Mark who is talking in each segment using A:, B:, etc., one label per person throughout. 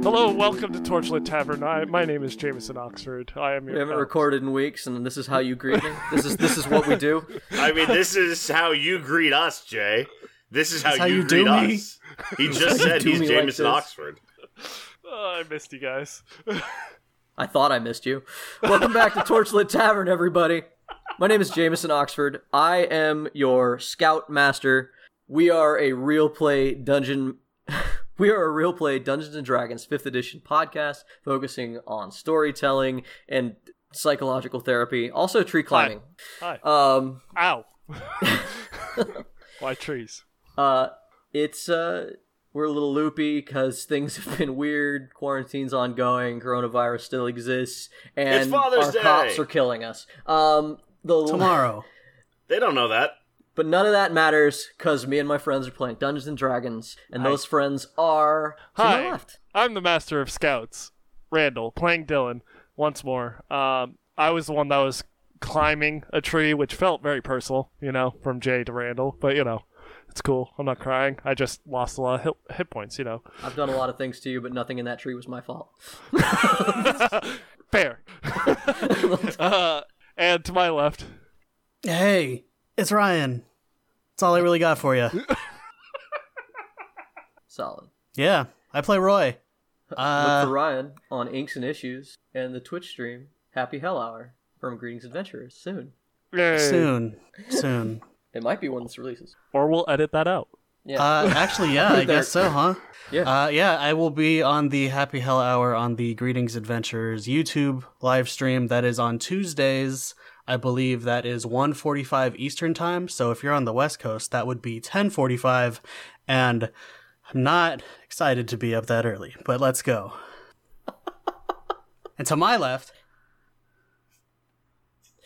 A: Hello, welcome to Torchlit Tavern. I, my name is Jameson Oxford. I am your
B: We haven't
A: host.
B: recorded in weeks, and this is how you greet me. This is this is what we do.
C: I mean, this is how you greet us, Jay. This is how,
D: how
C: you,
D: you
C: greet
D: do me?
C: us. He just
B: how you
C: said
B: do
C: he's
B: me like
C: Jameson
B: this.
C: Oxford.
A: Oh, I missed you guys.
B: I thought I missed you. Welcome back to Torchlit Tavern, everybody. My name is Jameson Oxford. I am your scout master. We are a real play dungeon. We are a real play Dungeons and Dragons 5th edition podcast focusing on storytelling and psychological therapy, also tree climbing.
A: Hi.
B: Um,
A: Ow. Why trees?
B: Uh, it's uh, we're a little loopy because things have been weird. Quarantine's ongoing. Coronavirus still exists, and
C: It's Father's
B: our
C: Day!
B: cops are killing us. Um, the
D: tomorrow.
C: They don't know that.
B: but none of that matters because me and my friends are playing Dungeons and Dragons, and those friends are to my
A: Hi.
B: left.
A: I'm the master of scouts, Randall, playing Dylan once more. Um, I was the one that was climbing a tree, which felt very personal, you know, from Jay to Randall. But you know, it's cool. I'm not crying. I just lost a lot of hit, hit points, you know.
B: I've done a lot of things to you, but nothing in that tree was my fault.
A: Fair. uh, and to my left,
D: Hey, it's Ryan. That's all I really got for you.
B: Solid.
D: Yeah, I play Roy.
B: Look for
D: Uh,
B: Ryan on Inks and Issues and the Twitch stream Happy Hell Hour from Greetings Adventurers soon.
A: Yay.
D: soon, soon.
B: It might be one that's releases.
A: or we'll edit that out.
B: Yeah.
D: Uh, actually, yeah, I guess so, huh?
B: Yeah.
D: Uh, yeah, I will be on the Happy Hell Hour on the Greetings Adventures YouTube live stream that is on Tuesdays. I believe that is 1:45 Eastern time. So if you're on the West Coast, that would be 10:45 and I'm not excited to be up that early, but let's go. and to my left,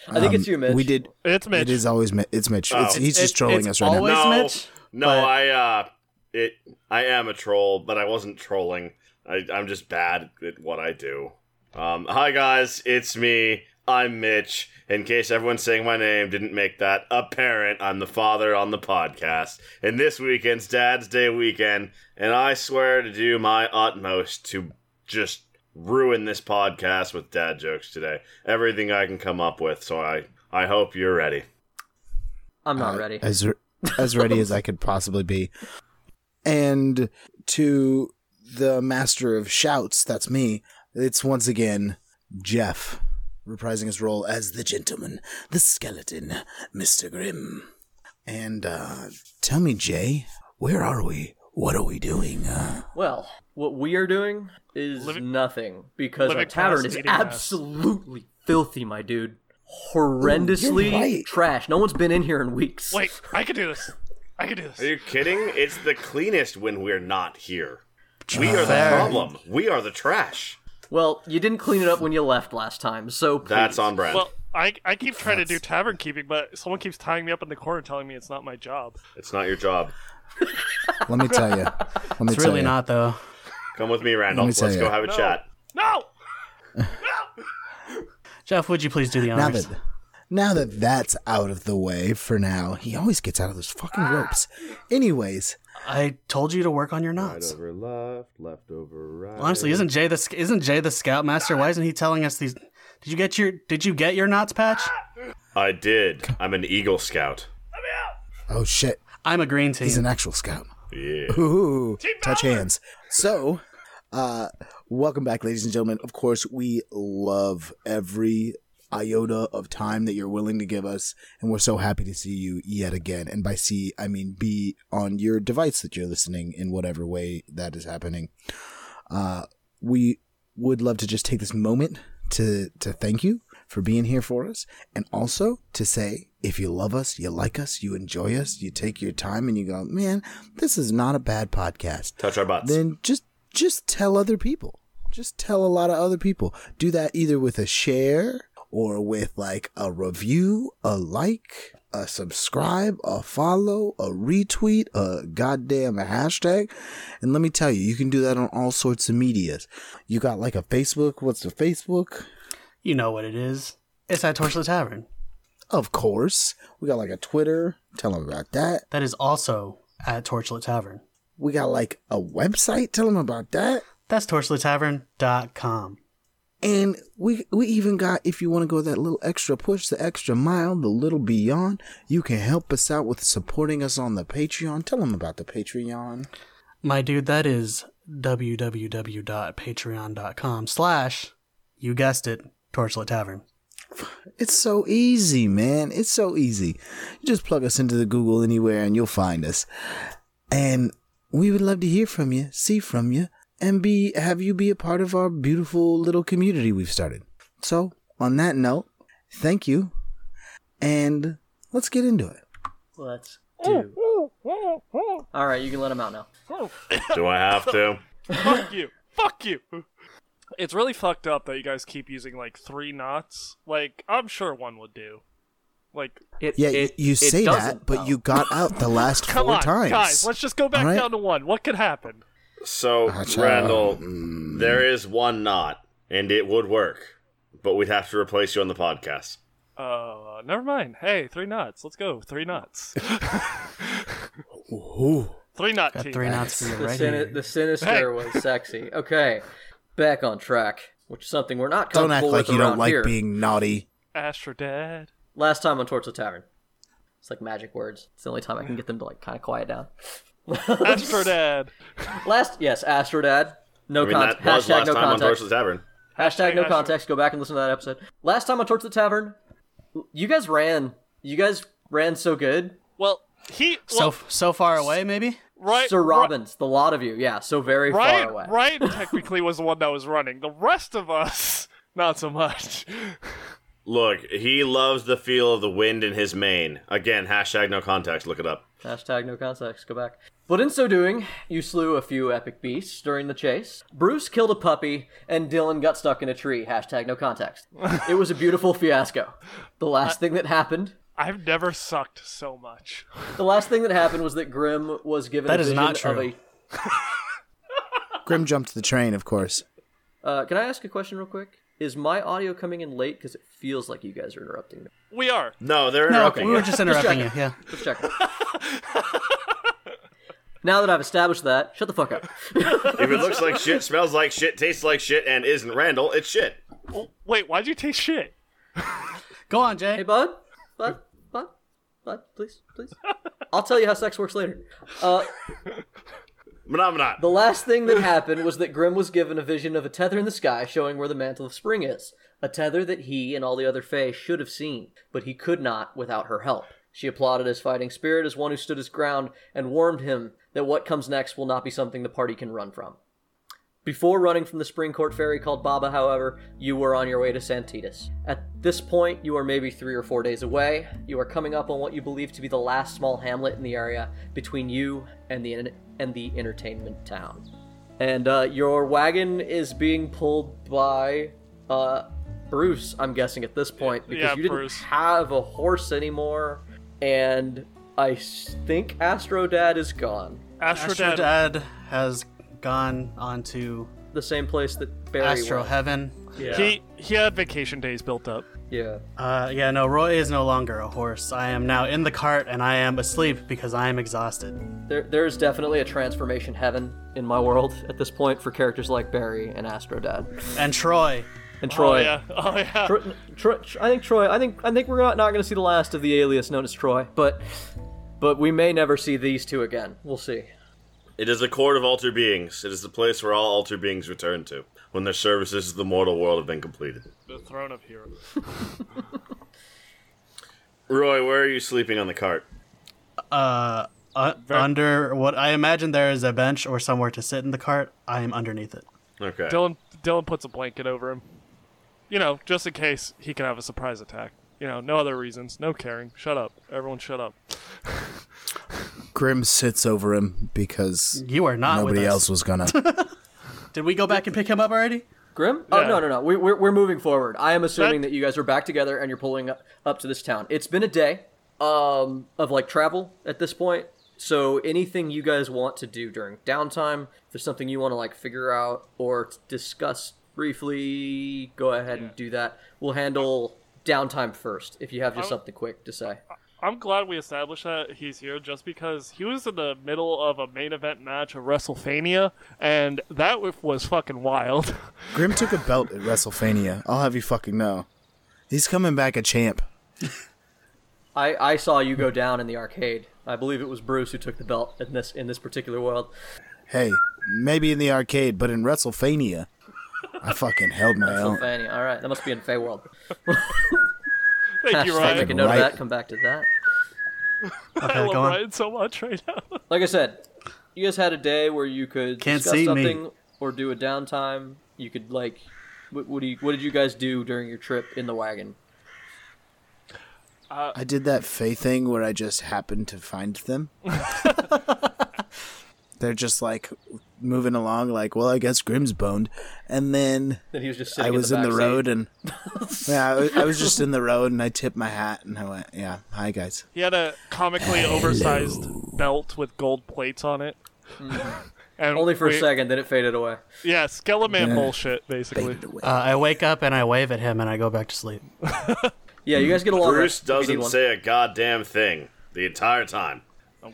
B: I think
D: um,
B: it's you, Mitch.
E: Um, We did.
A: It's Mitch.
E: It is always Mitch. It's Mitch. It's,
C: Oh.
E: he's just
D: It-
E: trolling
D: it's
E: us right
D: always-
E: now.
C: no,
D: Mitch,
C: no,
D: but-
C: I uh, it. I am a troll, but I wasn't trolling. I, I'm just bad at what I do. Um, hi guys, it's me. I'm Mitch. In case everyone saying my name didn't make that apparent, I'm the father on the podcast. And this weekend's Dad's Day weekend, and I swear to do my utmost to just ruin this podcast with dad jokes today. Everything I can come up with. So I I hope you're ready.
B: I'm not ready.
E: Uh, As re- as ready as I could possibly be, and to the master of shouts, that's me. It's once again Jeff, reprising his role as the gentleman, the skeleton, Mister Grimm. And uh, tell me, Jay, where are we? What are we doing? Uh,
B: well, what we are doing is
A: Living-
B: nothing because our
A: Living
B: tavern
A: Cast
B: is
A: Eating Cast.
B: absolutely filthy, my dude. Horrendously
E: You're Oh, right.
B: trash. No one's been in here in weeks.
A: Wait, I can do this. I can do
C: Are
A: this.
C: you kidding? It's the cleanest when we're not here. We are the
D: Fair.
C: problem. We are the trash.
B: Well, you didn't clean it up when you left last time, so please.
C: That's on brand.
A: Well, I, I keep trying to do tavern keeping, but someone keeps tying me up in the corner telling me it's not my job.
C: it's not your job.
E: let me tell you. Let me
D: it's
E: tell
D: really
E: ya.
D: not though.
C: Come with me, Randall.
E: me
C: Let's
E: tell
C: go
E: ya.
C: have a
A: No.
C: chat.
A: No!
D: Jeff, would you please do the
E: now
D: honors?
E: that now that that's out of the way for now he always gets out of those fucking ropes anyways
D: I told you to work on your knots.
C: over left, left over right.
D: Honestly, isn't Jay the sc- isn't Jay the scoutmaster? Why isn't he telling us these? Did you get your Did you get your knots patch?
C: I did. I'm an Eagle Scout.
E: oh shit
D: I'm a green team.
E: he's an actual scout
C: Yeah.
E: Ooh, touch hands so uh welcome back ladies and gentlemen of course we love every iota of time that you're willing to give us and we're so happy to see you yet again and by see i mean be on your device that you're listening in whatever way that is happening uh we would love to just take this moment to to thank you for being here for us and also to say if you love us you like us you enjoy us you take your time and you go man this is not a bad podcast
C: Touch our butts.
E: then just just tell other people just tell a lot of other people do that either with a share or with like a review a like a subscribe a follow a retweet a goddamn hashtag and let me tell you you can do that on all sorts of medias you got like a facebook what's the facebook
D: you know what it is. It's at Torchlit Tavern.
E: of course we got like a twitter tell them about that
D: That is also at Torchlit Tavern.
E: we got like a website tell them about that
D: That's torchlighttavern.com.
E: And we we even got if you want to go that little extra push, the extra mile, the little beyond, you can help us out with supporting us on the Patreon. Tell them about the Patreon.
D: My dude, that is www.patreon.com slash, you guessed it, Torchlit Tavern.
E: It's so easy, man. It's so easy. You just plug us into the Google anywhere and you'll find us. And we would love to hear from you, see from you, and be have you be a part of our beautiful little community we've started. So, on that note, thank you. And let's get into it.
B: Let's do. All right, you can let him out now.
F: Do I have to?
A: Fuck you. Fuck you. It's really fucked up that you guys keep using like three knots. Like, I'm sure one would do. Like,
B: It,
E: Yeah,
B: it-
E: you
B: it
E: say
B: doesn't,
E: that, but
B: though.
E: you got out the last
A: come
E: four
A: on,
E: times.
A: guys, let's just go back
E: Alright.
A: down to one. What could happen?
F: So,
E: Ah, child.
F: Randall,
E: Mm.
F: there is one knot, and it would work, but we'd have to replace you on the podcast.
A: Uh, never mind. Hey, three knots. Let's go. Three knots.
E: Ooh.
A: Three knot
D: Got
A: team.
D: three knots for you
B: The,
D: right
B: sini-
D: here.
B: the sinister was sexy. Okay, back on track, which is something we're not
E: Don't
B: comfortable
E: act like
B: with
E: you don't
B: around
E: like
B: here.
E: being naughty.
A: Astrodad.
B: Last time on Torchlit Tavern, it's like magic words. It's the only time I can get them to like kind of quiet down.
A: Astrodad.
B: Last, yes, Astrodad. No
F: I mean,
B: context.
F: that was
B: Hashtag
F: last
B: no
F: time on
B: context.
F: Torchlit Tavern.
B: Hashtag
A: Hashtag
B: no
A: Astro-
B: context. Go back and listen to that episode. Last time on Torch the Tavern, you guys ran. You guys ran so good.
A: Well, he.
D: So,
A: Well,
D: so far away, maybe?
A: right.
B: Sir Robbins, the lot of you, yeah, so very
A: Ryan,
B: far away.
A: Ryan technically was the one that was running. The rest of us, not so much.
F: Look, he loves the feel of the wind in his mane. Again, hashtag no context. Look it up.
B: Hashtag no context. Go back. But in so doing, you slew a few epic beasts during the chase. Bruce killed a puppy, and Dylan got stuck in a tree. Hashtag no context. it was a beautiful fiasco. The last thing that happened.
A: I've never sucked so much.
B: The last thing that happened was that Grimm was given a
D: That is
B: vision
D: not
B: of
D: true.
B: a
E: Grim jumped the train, of course.
B: Uh, can I ask a question real quick? Is my audio coming in late? Because it feels like you guys are interrupting me.
A: We are.
F: No, they're
D: No,
F: interrupting
D: we were
F: you.
D: just interrupting you.
B: checking.
D: Yeah.
B: Let's check. now that I've established that, shut the fuck up.
F: if it looks like shit, smells like shit, tastes like shit, and isn't Randall, it's shit.
A: Oh, Wait, why'd you taste shit?
D: Go on, Jay.
B: hey, bud? Bud? Bud? Bud? Please? Please? I'll tell you how sex works later. Uh,
F: Phenomenon.
B: the last thing that happened was that Grimm was given a vision of a tether in the sky showing where the mantle of spring is. A tether that he and all the other Fae should have seen, but he could not without her help. She applauded his fighting spirit as one who stood his ground and warned him that what comes next will not be something the party can run from. Before running from the Spring Court ferry called Baba, however, you were on your way to Santitas. At this point, you are maybe three or four days away. You are coming up on what you believe to be the last small hamlet in the area between you and the and the entertainment town. And uh, your wagon is being pulled by uh, Bruce, I'm guessing at this point, because
A: Yeah,
B: you didn't
A: Bruce.
B: have a horse anymore, and I s- think Astro Dad is gone.
A: Astrodad.
D: Astro Dad has gone on to
B: The same place that Barry
D: Astro
B: went.
D: Heaven.
B: Yeah.
A: He he had vacation days built up.
B: yeah.
D: Uh, yeah, no, Roy is no longer a horse. I am now in the cart and I am asleep because I am exhausted.
B: There, there is definitely a transformation heaven in my world at this point for characters like Barry and Astro Dad
D: And Troy.
B: and Troy.
A: Oh yeah. Oh yeah.
B: Tro- Tro- Tro- I think Troy. I think I think we're not, not going to see the last of the alias known as Troy, but but we may never see these two again. We'll see.
F: It is a court of alter beings. It is the place where all alter beings return to when their services to the mortal world have been completed.
A: The throne of heroes.
F: Roy, where are you sleeping on the cart?
D: Uh, under what I imagine there is a bench or somewhere to sit in the cart. I am underneath it.
F: Okay.
A: Dylan Dylan puts a blanket over him. You know, just in case he can have a surprise attack. You know, no other reasons, no caring. Shut up. Everyone shut up.
E: Grim sits over him because
D: You are not
E: nobody
D: with us.
E: else was gonna.
D: Did we go back and pick him up already?
B: Grim? Oh
A: Yeah.
B: no no no. We, we're we're moving forward. I am assuming that, you guys are back together and you're pulling up, up to this town. It's been a day um, of like travel at this point. So anything you guys want to do during downtime, if there's something you want to like figure out or t- discuss briefly, go ahead and do that. We'll handle downtime first if you have just something quick to say.
A: I'm glad we established that he's here just because he was in the middle of a main event match at WrestleMania, and that w- was fucking wild.
E: Grim took a belt at WrestleMania. I'll have you fucking know. He's coming back a champ.
B: I, I saw you go down in the arcade. I believe it was Bruce who took the belt in this in this particular world.
E: Hey, maybe in the arcade, but in WrestleMania, I fucking held my own.
B: Pennsylvania. All right, that must be in Feywild.
A: Thank you,
B: Hashtag
A: Ryan.
B: make a note
E: Right.
B: of that. Come back to that.
A: I
D: Okay,
A: love
D: go on.
A: Ryan so much right now.
B: Like I said, you guys had a day where you could
D: Can't
B: discuss
D: see me.
B: something or do a downtime. You could like, what, what do you, what did you guys do during your trip in the wagon?
E: I did that Faye thing where I just happened to find them. They're just like moving along, like, well, I guess Grim's boned. And then
B: Then he was just sitting.
E: I was in the
B: back seat.
E: road and. Yeah, I was, I was just in the road and I tipped my hat and I went, yeah, hi guys.
A: He had a comically oversized belt with gold plates on it. and
B: Only for
A: we-
B: a second, then it faded away.
A: Yeah, Skeleman bullshit, basically.
F: Oh,
D: Uh, I wake up and I wave at him and I go back to sleep.
B: Yeah,
E: Hmm.
B: you guys get along.
F: Bruce doesn't
B: one.
F: say a goddamn thing the entire time.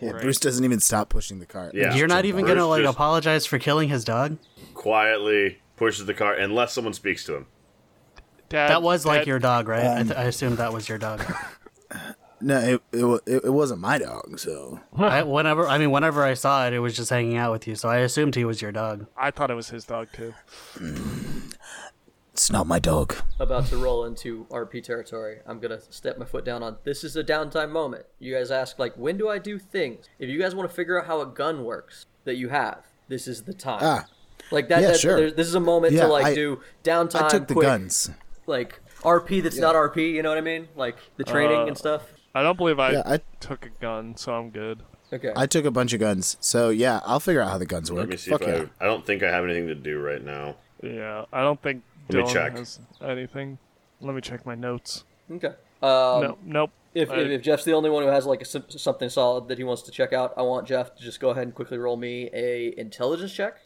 E: Yeah, Bruce doesn't even stop pushing the cart.
F: Yeah.
D: You're not even
F: Bruce
D: gonna like
F: just-
D: apologize for killing his dog.
F: Quietly pushes the cart unless someone speaks to him.
A: Dad-
D: That was like
A: Dad-
D: your dog, right? I,
E: Um,
D: th- I assumed that was your dog.
E: No, it, it, wa- it, it wasn't my dog, so.
D: I, whenever I mean, whenever I saw it, it was just hanging out with you, so I assumed he was your dog.
A: I thought it was his dog too.
E: It's not my dog.
B: about to roll into RP territory. I'm gonna step my foot down on this is a downtime moment. You guys ask like when do I do things? If you guys want to figure out how a gun works that you have, this is the time.
E: Ah,
B: like that.
E: yeah,
B: that
E: sure.
B: there- this is a moment
E: Yeah,
B: to like
E: I-
B: do downtime.
E: I took the
B: quick,
E: guns.
B: Like RP that's not RP. You know what I mean? Like the training
A: Uh,
B: and stuff.
A: I don't believe I,
E: Yeah, I-
A: took a gun, so I'm good.
B: Okay.
E: I took a bunch of guns, so yeah, I'll figure out how the guns work.
F: Let me see
E: Fuck
F: if
E: yeah.
F: I. I don't think I have anything to do right now.
A: Yeah, I don't think
F: Let me
A: Dylan
F: check.
A: has anything. Let me check my notes.
B: okay. Um,
A: no, nope.
B: If,
A: I-
B: if, if Jeff's the only one who has like a, s- something solid that he wants to check out, I want Jeff to just go ahead and quickly roll me a intelligence check.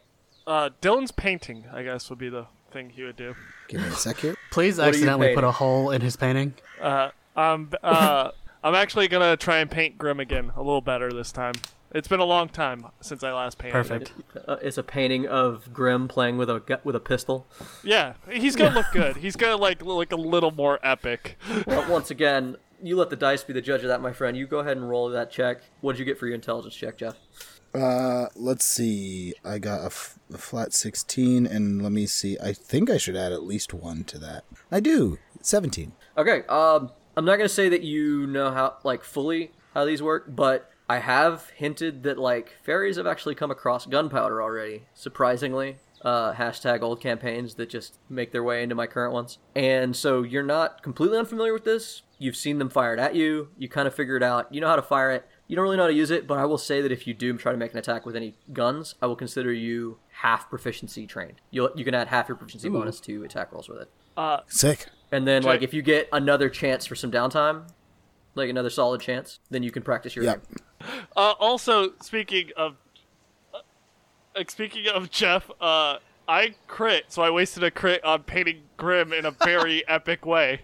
A: Uh, Dylan's painting, I guess, would be the thing he would do.
E: Give me a sec here.
D: Please
B: are you
D: accidentally put
B: painting?
D: a hole in his painting.
A: Uh, um, uh, I'm actually gonna try and paint Grim again, a little better this time. It's been a long time since I last painted.
D: Perfect.
B: Uh, it's a painting of Grim playing with a gu- with a pistol.
A: Yeah, he's gonna look good. He's gonna like look a little more epic.
B: Well, once again, you let the dice be the judge of that, my friend. You go ahead and roll that check. What did you get for your intelligence check, Jeff?
E: Uh, let's see. I got a, f- a flat 16, and let me see. I think I should add at least one to that. I do. 17.
B: Okay. Um, I'm not gonna say that you know how like fully how these work, but I have hinted that like fairies have actually come across gunpowder already. Surprisingly, uh, hashtag old campaigns that just make their way into my current ones, and so you're not completely unfamiliar with this. You've seen them fired at you. You kind of figure it out. You know how to fire it. You don't really know how to use it, but I will say that if you do try to make an attack with any guns, I will consider you half proficiency trained. You'll, you can add half your proficiency bonus to attack rolls with it.
E: Sick.
B: And then, like,
A: Check.
B: if you get another chance for some downtime, like another solid chance, then you can practice your
E: Yeah.
B: game.
A: Uh, also, speaking of, uh, speaking of Jeff, uh, I crit, so I wasted a crit on painting Grim in a very epic way.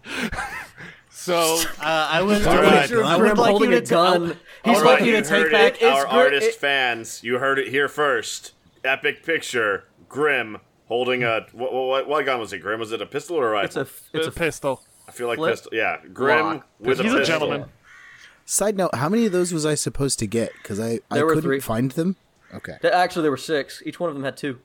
A: so
D: Uh, I was.
E: All right.
B: Picture of
E: I
D: would
B: Grim
D: like you
B: holding
D: to
B: a gun.
D: He's
F: All
D: like
F: right,
D: you to
F: you
D: take
F: heard
D: back.
F: it, our
B: Gr-
F: artist
B: it-
F: fans. You heard it here first. Epic picture. Grim holding a what, what, what gun was it? Grim was it a pistol or a
B: It's a
F: rifle?
B: f- it's a f-
A: pistol.
F: I feel like
B: flip
F: pistol. Yeah, Grim
B: lock.
F: with a
A: He's
F: pistol.
A: a gentleman.
E: Side note, how many of those was I supposed to get? Because I, I
B: There were
E: couldn't
B: three.
E: find them. Okay.
B: th- actually there were six. Each one of them had two.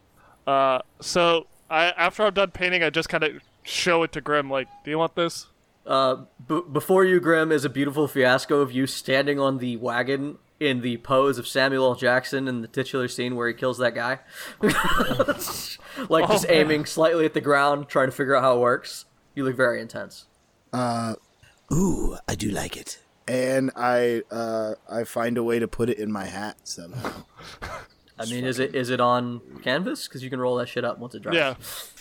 A: Uh, so I, after I'm done painting, I just kind of show it to Grim, like, "Do you want this?"
B: B- before you, Grim, is a beautiful fiasco of you standing on the wagon in the pose of Samuel L. Jackson in the titular scene where he kills that guy, like just aiming slightly at the ground, trying to figure out how it works. You look very intense.
E: Ooh, I do like it. And I uh, I find a way to put it in my hat somehow.
B: I mean, is it is it on canvas? Because you can roll that shit up once it dries.
A: Yeah,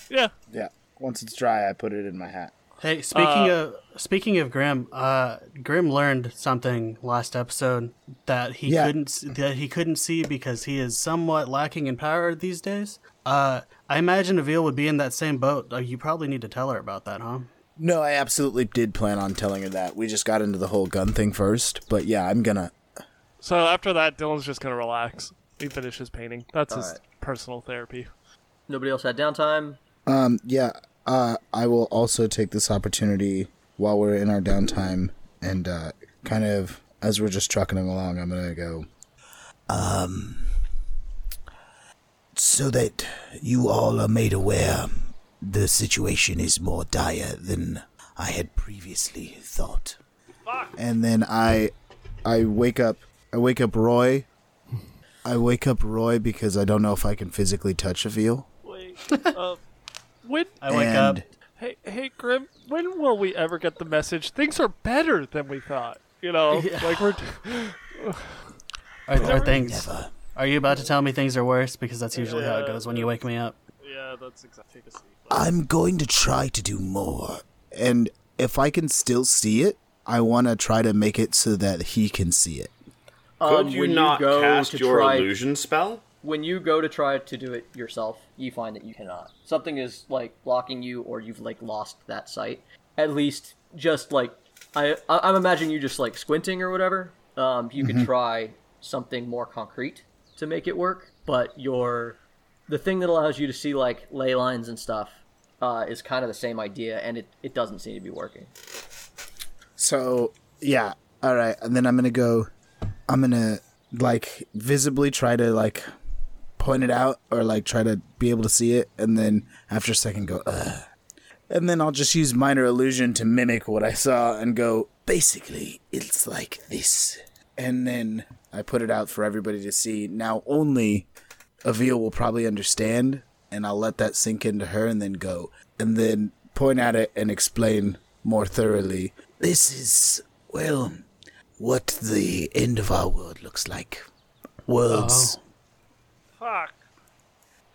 A: yeah.
E: yeah. Once it's dry, I put it in my hat.
B: Uh,
D: Hey, speaking of speaking of Grim, uh, Grim learned something last episode that he
E: Yeah.
D: couldn't s- that he couldn't see because he is somewhat lacking in power these days. Uh, I imagine Avil would be in that same boat. Uh, you probably need to tell her about that, huh?
E: No, I absolutely did plan on telling her that. We just got into the whole gun thing first, but yeah, I'm gonna.
A: So after that, Dylan's just gonna relax. He finishes painting. That's his
B: Alright.
A: personal therapy.
B: Nobody else had downtime.
E: Um, yeah, uh, I will also take this opportunity while we're in our downtime and uh, kind of as we're just trucking him along, I'm gonna go. Um, so that you all are made aware, the situation is more dire than I had previously thought. And then I, I wake up. I wake up Roy. I wake up Roy because I don't know if I can physically touch a veal.
A: Wait, uh, when?
D: I wake up.
E: and
A: Hey, hey, Grim. When will we ever get the message? Things are better than we thought. You know, like we're.
D: Are, are things? Are you about to tell me things are worse? Because that's usually how it goes when you wake me up.
A: Yeah, that's exactly. Take a seat.
E: I'm going to try to do more. And if I can still see it, I want to try to make it so that he can see it.
B: Um,
C: Could you
B: when
C: not
B: go
C: cast
B: to
C: your
B: try-
C: illusion spell?
B: When you go to try to do it yourself, you find that you cannot. Something is like blocking you, or you've like lost that sight. At least, just like I, I I'm imagining you just like squinting or whatever. Um, you could try something more concrete to make it work, but your the thing that allows you to see like ley lines and stuff uh, is kind of the same idea, and it it doesn't seem to be working.
E: So, yeah. All right. And then I'm going to go, I'm going to like visibly try to like point it out or like try to be able to see it. And then after a second, go, ugh. And then I'll just use minor illusion to mimic what I saw and go, basically, it's like this. And then I put it out for everybody to see. Now, only Avil will probably understand, and I'll let that sink into her and then go. And then point at it and explain more thoroughly. This is, well, what the end of our world looks like. Worlds.
A: Fuck.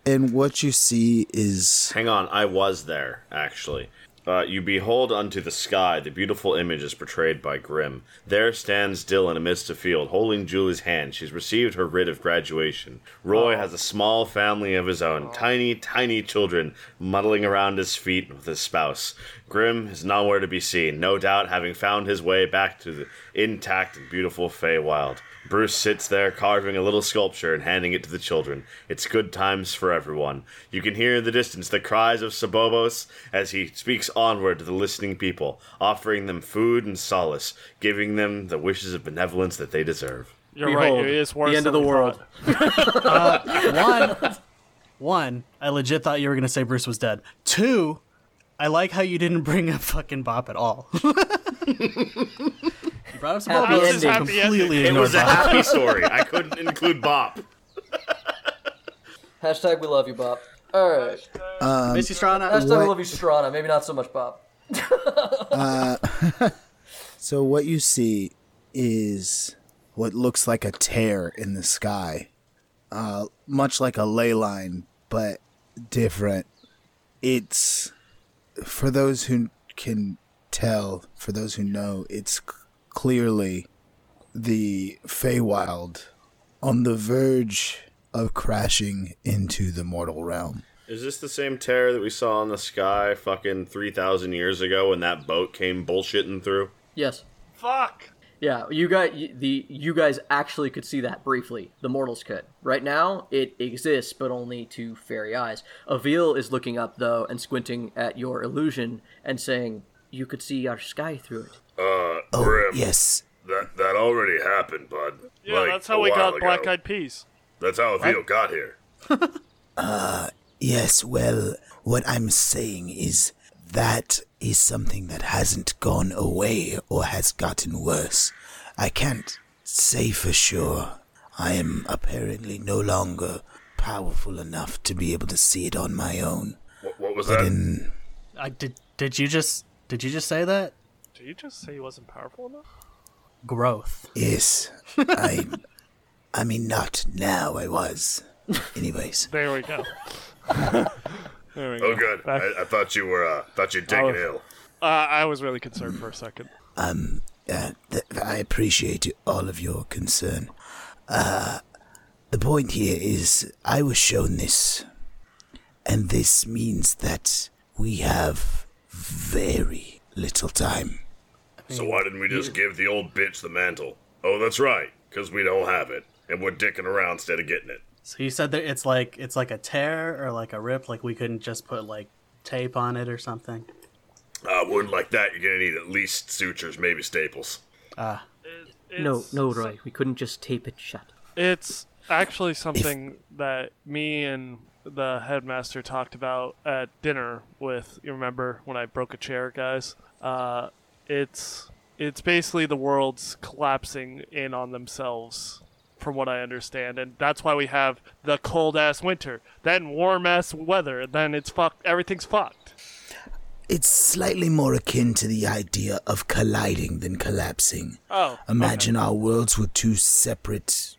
E: And what you see is.
C: Hang on, I was there, actually. Uh, you behold unto the sky the beautiful image is portrayed by Grimm. There stands Dylan amidst a field, holding Julie's hand. She's received her writ of graduation. Roy has a small family of his own, tiny, tiny children muddling around his feet with his spouse. Grimm is nowhere to be seen, no doubt having found his way back to the intact and beautiful Feywild. Bruce sits there carving a little sculpture and handing it to the children. It's good times for everyone. You can hear in the distance the cries of Sabobos as he speaks onward to the listening people, offering them food and solace, giving them the wishes of benevolence that they deserve.
A: You're
B: Behold,
A: right. It is worse.
B: the end of
A: than
B: the
A: we
B: world.
A: thought.
D: One, one. I legit thought you were gonna say Bruce was dead. Two, I like how you didn't bring up fucking Bop at all. you brought up some
B: Happy
D: Bop, but
B: ending.
D: Completely
A: It
C: It
D: ignored
C: was a
D: Bop.
C: happy story. I couldn't include Bop.
B: Hashtag we love you, Bob. All right.
D: Missy Strana.
B: Hashtag we
E: What-
B: love you, Strana. Maybe not so much, Bob.
E: So what you see is what looks like a tear in the sky, uh, much like a ley line, but different. It's for those who can tell, for those who know, it's c- clearly the Feywild on the verge of crashing into the mortal realm.
C: Is this the same tear that we saw in the sky fucking 3,000 years ago when that boat came bullshitting through?
B: Yes.
A: Fuck.
B: Yeah, you guys, the you guys actually could see that briefly. The mortals could. Right now, it exists, but only to fairy eyes. Avil is looking up though and squinting at your illusion and saying, "You could see our sky through it."
E: Oh, yes.
G: That that already happened, bud.
A: Yeah,
G: Like,
A: that's how
G: a
A: we
G: while
A: got
G: ago.
A: Black Eyed Peas.
G: That's how Avil got here.
E: Yes, well, what I'm saying is that is something that hasn't gone away or has gotten worse. I can't say for sure. I am apparently no longer powerful enough to be able to see it on my own.
G: What, what was that?
D: I did. Did you just? Did you just say that?
A: Did you just say he wasn't powerful enough?
D: Growth.
E: Yes, I. I mean, not now, I was. Anyways.
A: There we go. there we go.
G: oh, good.
A: Back-
G: I, I thought you were. Uh, thought you'd taken
A: Oh.
G: ill.
A: Uh, I was really concerned for a second.
E: Uh, th- I appreciate all of your concern. Uh, the point here is I was shown this, and this means that we have very, little time.
C: So why didn't we just give the old bitch the mantle? Oh, that's right, because we don't have it, and we're dicking around instead of getting it.
D: So you said that it's like it's like a tear or like a rip, like we couldn't just put like tape on it or something.
C: I wouldn't like that. You're gonna need at least sutures, maybe staples.
A: It's-
B: no, Roy. We couldn't just tape it shut.
A: It's actually something that me and the headmaster talked about at dinner with you remember when I broke a chair, guys? Uh, it's it's basically the world's collapsing in on themselves from what I understand, and that's why we have the cold ass winter, then warm ass weather, then it's fucked everything's fucked.
E: It's slightly more akin to the idea of colliding than collapsing.
A: Oh.
E: Imagine our worlds were two separate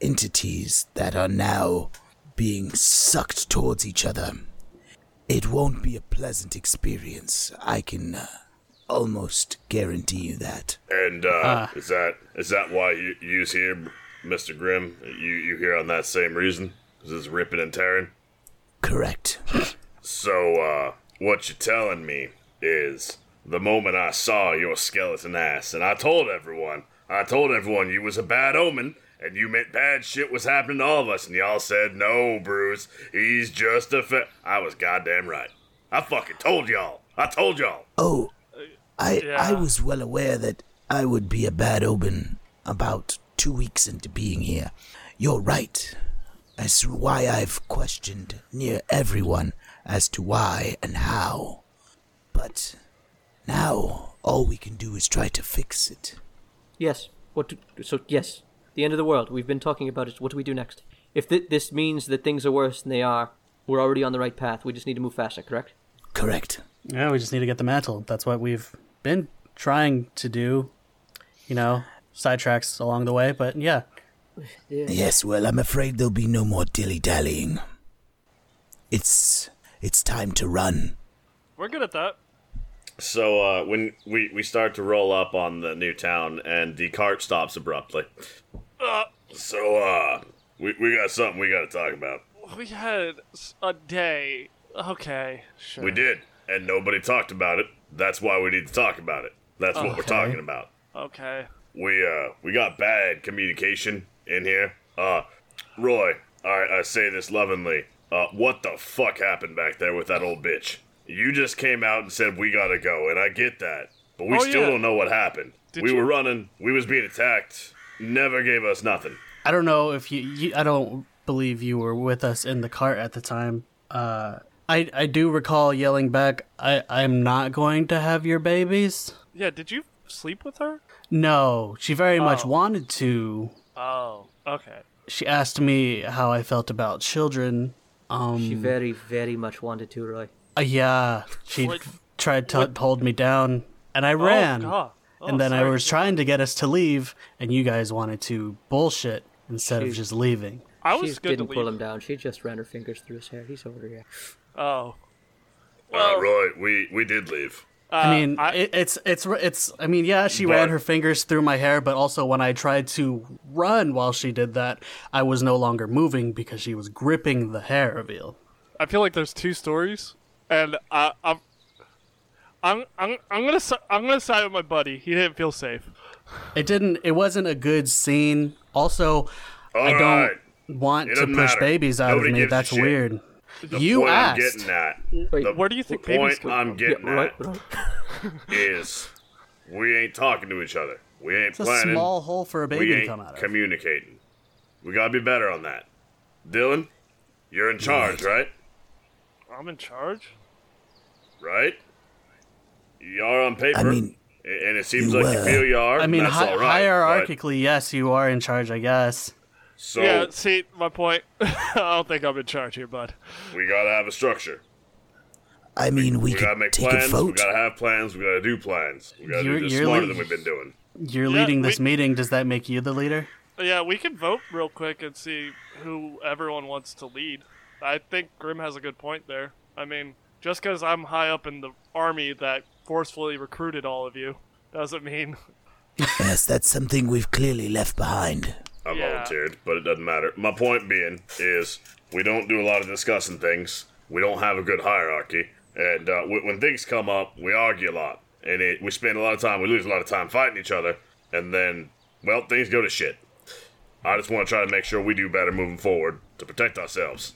E: entities that are now being sucked towards each other. It won't be a pleasant experience. I can uh, almost guarantee you that.
C: And uh,
A: Ah.
C: is that is that why you you's here, Mister Grimm? You you here on that same reason? Cause it's ripping and tearing.
E: Correct.
C: So uh, what you're telling me is the moment I saw your skeleton ass, and I told everyone, I told everyone you was a bad omen. And you meant bad shit was happening to all of us, and y'all said, no, Bruce, he's just a fa-" I was goddamn right. I fucking told y'all. I told y'all.
E: Oh, I I
A: yeah.
E: was well aware that I would be a bad omen about two weeks into being here. You're right. As to why I've questioned near everyone as to why and how. But now all we can do is try to fix it.
B: Yes. What? Do, so yes, the end of the world. We've been talking about it. What do we do next? If th- this means that things are worse than they are, we're already on the right path. We just need to move faster. Correct?
E: Correct.
D: Yeah, we just need to get the mantle. That's what we've been trying to do. You know, sidetracks along the way, but yeah.
E: Yes, well, I'm afraid there'll be no more dilly-dallying. It's it's time to run.
A: We're good at that.
F: So uh, when we, we start to roll up on the new town, and the cart stops abruptly.
C: So, uh, we, we got something we gotta talk about.
A: We had s- a day. Okay, sure.
C: We did, and nobody talked about it. That's why we need to talk about it. That's what we're talking about.
A: Okay.
C: We uh we got bad communication in here. Uh Roy, I I say this lovingly. Uh what the fuck happened back there with that old bitch? You just came out and said we gotta go, and I get that. But we
A: Oh,
C: still
A: yeah.
C: don't know what happened. we
A: you-
C: were running, we was being attacked, never gave us nothing.
D: I don't know if you, you I don't believe you were with us in the cart at the time. Uh I I do recall yelling back, I I'm not going to have your babies.
A: Yeah, did you sleep with her?
D: No, she very much wanted to.
A: Oh, okay.
D: She asked me how I felt about children. Um
B: She very, very much wanted to, Roy.
D: uh, yeah, she
A: What- Oh,
D: tried to hold me down and I ran.
A: God. Oh,
D: and then I
A: sorry.
D: was trying to get us to leave, and you guys wanted to bullshit instead of just leaving.
A: I
B: She
A: was good
B: didn't
A: to
B: pull
A: leave.
B: him down. She just ran her fingers through his hair. He's over here.
A: Oh,
C: uh, Roy, we we did leave.
D: I mean, it, it's it's it's. I mean, yeah, she ran
C: Uh, But-
D: her fingers through my hair, but also when I tried to run while she did that, I was no longer moving because she was gripping the hair of Eel.
A: I feel like there's two stories, and I, I'm, I'm, I'm, I'm gonna, si- I'm gonna side with my buddy. He didn't feel safe.
D: It didn't. It wasn't a good scene. Also, I don't
C: Alright.
D: want
C: It
D: to
C: doesn't
D: push
C: matter.
D: babies out
C: Nobody
D: of me.
C: gives a
D: That's
C: shit.
D: weird. you
C: Point I'm
D: asked.
C: getting at.
B: Wait,
C: The
A: Where do you think babies
C: point
A: come
C: I'm
A: from?
C: getting
B: Roy,
C: at
B: Roy.
C: is we ain't talking to each other. We ain't
D: It's a
C: planning.
D: small hole for a
C: we
D: baby to
C: ain't
D: come out of.
C: communicating. We gotta be better on that. Dylan, you're in charge, right?
A: I'm in charge.
C: Right? You are on paper.
E: I mean,
C: a- and it seems
E: you
C: like you
E: were.
C: feel you are.
D: I mean,
C: and that's
D: hi-
C: all right,
D: hierarchically, yes, you are in charge. I guess.
C: but- so
A: yeah, see my point. I don't think I'm in charge here, bud.
C: we gotta have a structure.
E: I mean, we,
C: We gotta
E: could
C: make
E: take a
C: plans. We
E: vote.
C: gotta have plans. We gotta do plans. We gotta
D: You're-
C: do this
D: you're
C: smarter
D: like-
C: than we've been doing.
D: You're
A: Yeah,
D: leading this
A: we-
D: meeting. Does that make you the leader?
A: Yeah, we can vote real quick and see who everyone wants to lead. I think Grim has a good point there. I mean, just because I'm high up in the army that forcefully recruited all of you doesn't mean
E: Yes, that's something we've clearly left behind.
C: I
A: Yeah.
C: volunteered, but it doesn't matter. My point being is we don't do a lot of discussing things. We don't have a good hierarchy, and uh, w- when things come up, we argue a lot. and it we spend a lot of time, we lose a lot of time fighting each other, and then well, things go to shit. I just want to try to make sure we do better moving forward to protect ourselves.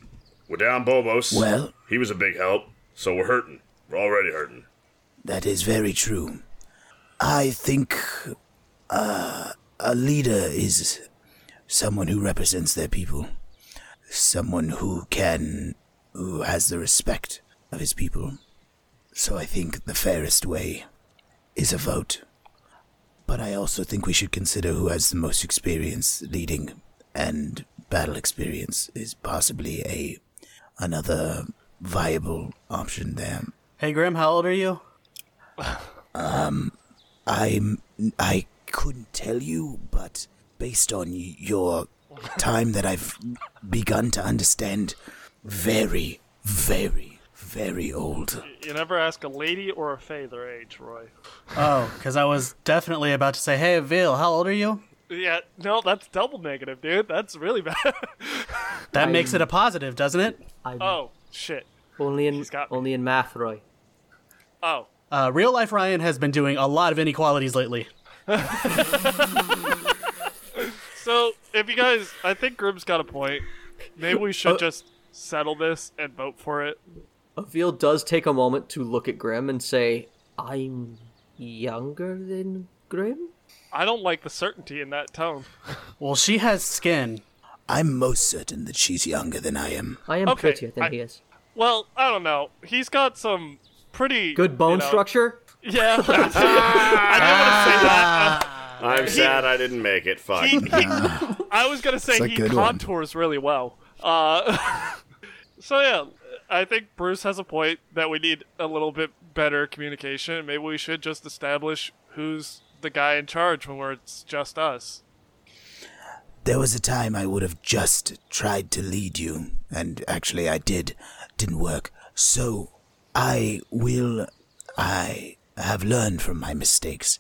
C: We're down Bobos.
E: Well-
C: he was a big help, so we're hurting. We're already hurting.
E: That is very true. I think uh, a leader is someone who represents their people, someone who can, who has the respect of his people. So I think the fairest way is a vote. But I also think we should consider who has the most experience leading, and battle experience is possibly a another viable option there.
D: Hey, Grim, how old are you?
E: I'm I couldn't tell you, but based on your time that I've begun to understand, very, very, very old.
A: You never ask a lady or a eh, fae their age, Roy.
D: Oh, because I was definitely about to say, hey, Veil, how old are you?
A: Yeah, no, that's double negative, dude. That's really bad.
D: That makes it a positive, doesn't it?
B: I'm
A: oh shit.
B: only in
A: got me.
B: only in math, Roy.
A: Oh,
D: Uh, real life Ryan has been doing a lot of inequalities lately.
A: so if you guys, I think Grim's got a point. Maybe we should just settle this and vote for it.
B: Avil does take a moment to look at Grim and say, "I'm younger than Grim."
A: I don't like the certainty in that tone.
D: Well, she has skin.
E: I'm most certain that she's younger than I am.
B: I am
A: Okay,
B: prettier than
A: I-
B: he is.
A: Well, I don't know. He's got some pretty
B: Good bone
A: you know-
B: structure.
A: Yeah. I didn't want to say that.
F: I'm sad I didn't make it. Fuck.
A: He- he- I was gonna say
E: It's a
A: he
E: good one.
A: contours really well. Uh, so yeah, I think Bruce has a point that we need a little bit better communication. Maybe we should just establish who's the guy in charge when we're, it's just us.
E: There was a time I would have just tried to lead you, and actually I did. Didn't work. So I will. I have learned from my mistakes,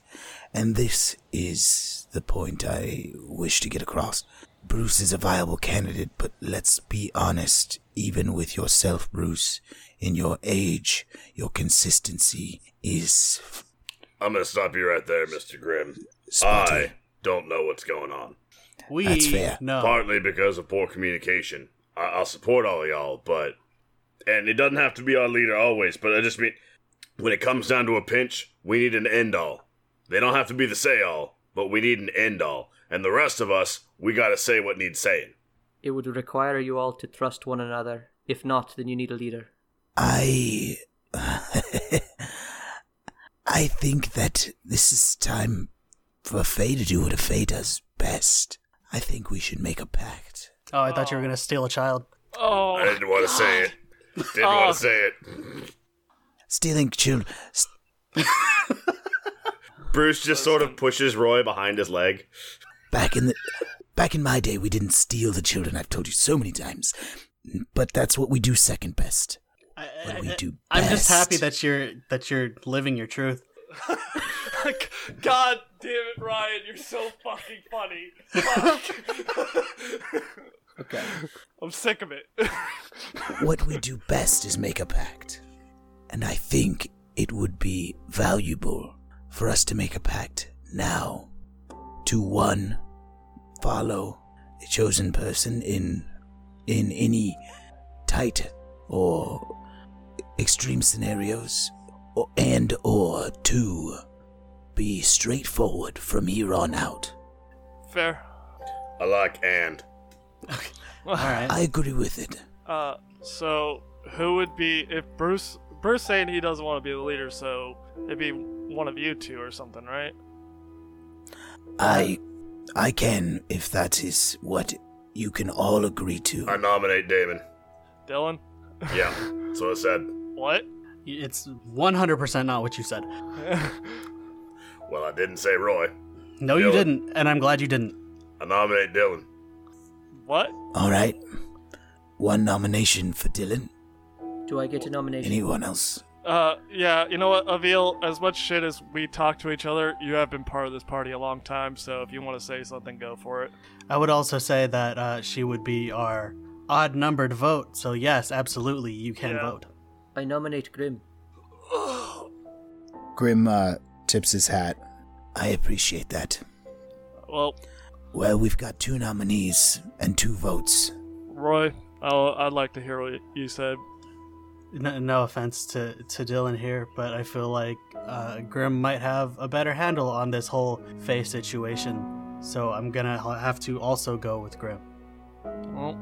E: and this is the point I wish to get across. Bruce is a viable candidate, but let's be honest, even with yourself, Bruce, in your age, your consistency is
C: I'm gonna stop you right there, Mr. Grimm.
E: spotty.
C: I don't know what's going on.
D: We
E: That's fair.
A: Oh.
D: know.
C: Partly because of poor communication. I- I'll support all of y'all, but and it doesn't have to be our leader always. But I just mean, when it comes down to a pinch, we need an end all. They don't have to be the say all, but we need an end all. And the rest of us, we gotta say what needs saying.
B: It would require you all to trust one another. If not, then you need a leader.
E: I. I think that this is time for Faye to do what a Faye does best. I think we should make a pact.
D: Oh, I thought you were going to steal a child.
A: Oh,
C: I didn't want to say it. Didn't
A: Oh.
C: want to say it.
E: Stealing children. St-
F: Bruce just sort of pushes Roy behind his leg.
E: back in the. Back in my day, we didn't steal the children. I've told you so many times, but that's what we do second best. What do we do?
D: I'm just happy
E: best?
D: that you're that you're living your truth.
A: God damn it, Ryan! You're so fucking funny. Fuck.
B: Okay.
A: I'm sick of it.
E: what we do best is make a pact. And I think it would be valuable for us to make a pact now to one follow a chosen person in in any tight or extreme scenarios or, and or to be straightforward from here on out.
A: Fair.
C: I like and.
D: All right.
E: I agree with it.
A: Uh, so who would be if Bruce? Bruce saying he doesn't want to be the leader, so it'd be one of you two or something, right?
E: I I can if that is what you can all agree to.
C: I nominate Damon.
A: Dylan,
C: Yeah, that's what I said.
A: what?
D: It's 100% not what you said.
C: Well, I didn't say Roy.
D: No, you
C: Dylan.
D: didn't, and I'm glad you didn't.
C: I nominate Dylan.
A: What?
E: All right. One nomination for Dylan.
B: Do I get a nomination?
E: Anyone else?
A: Uh, yeah, you know what, Avil? As much shit as we talk to each other, you have been part of this party a long time, so if you want to say something, go for it.
D: I would also say that uh, she would be our odd numbered vote. So yes, absolutely, you can
A: Yeah.
D: vote.
B: I nominate Grim.
E: Grim uh, tips his hat. I appreciate that.
A: Well,
E: Well, we've got two nominees and two votes.
A: Roy, I'll, I'd like to hear what you said.
D: No, no offense to, to Dylan here, but I feel like uh, Grim might have a better handle on this whole Faye situation. So I'm gonna ha- have to also go with Grim.
A: Well,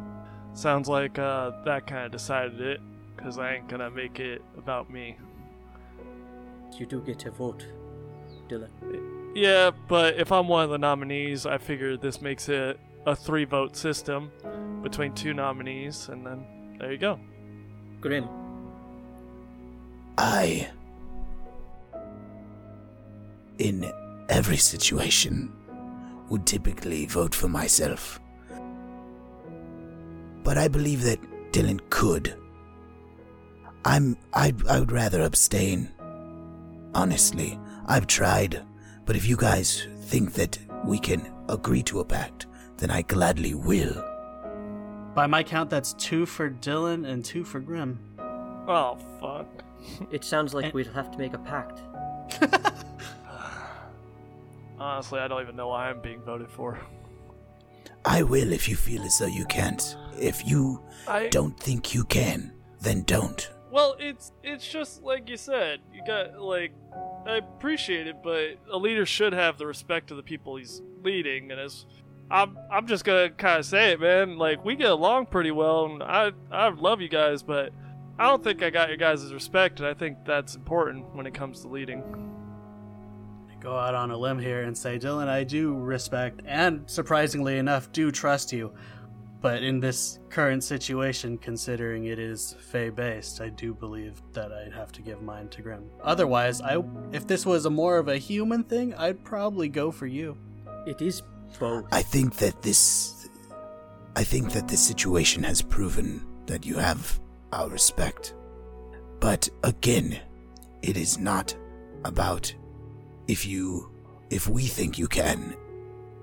A: sounds like uh, that kind of decided it, because I ain't gonna make it about me.
B: You do get a vote, Dylan.
A: Yeah, but if I'm one of the nominees, I figure this makes it a three vote system between two nominees, and then there you go.
B: Grim.
E: I. In every situation, would typically vote for myself. But I believe that Dylan could. I'm. I, I would rather abstain. Honestly, I've tried. But if you guys think that we can agree to a pact, then I gladly will.
D: By my count, that's two for Dylan and two for Grim.
A: Oh, fuck.
B: It sounds
D: Eh.
B: like we'll have to make a pact.
A: Honestly, I don't even know why I'm being voted for.
E: I will if you feel as though you can't. If you
A: I
E: don't think you can, then don't.
A: Well, it's it's just like you said. You got like I appreciate it, but a leader should have the respect of the people he's leading, and as I'm I'm just gonna kind of say it, man. Like we get along pretty well, and I I love you guys, but I don't think I got your guys' respect, and I think that's important when it comes to leading.
D: Go out on a limb here and say, Dylan, I do respect and surprisingly enough, do trust you. But in this current situation, considering it is Fey based, I do believe that I'd have to give mine to Grim. Otherwise, I if this was a more of a human thing, I'd probably go for you.
B: It is both.
E: I think that this. I think that this situation has proven that you have our respect. But again, it is not about if you. if we think you can.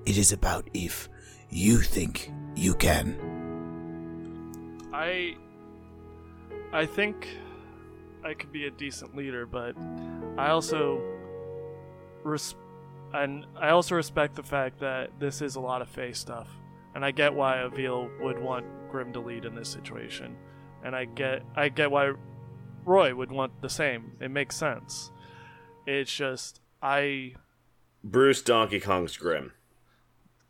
E: It is about if you think you can.
A: I I think I could be a decent leader, but I also res- and I also respect the fact that this is a lot of Faye stuff, and I get why Avil would want Grim to lead in this situation, and I get I get why Roy would want the same. It makes sense. It's just I
F: Bruce Donkey Kong's Grim.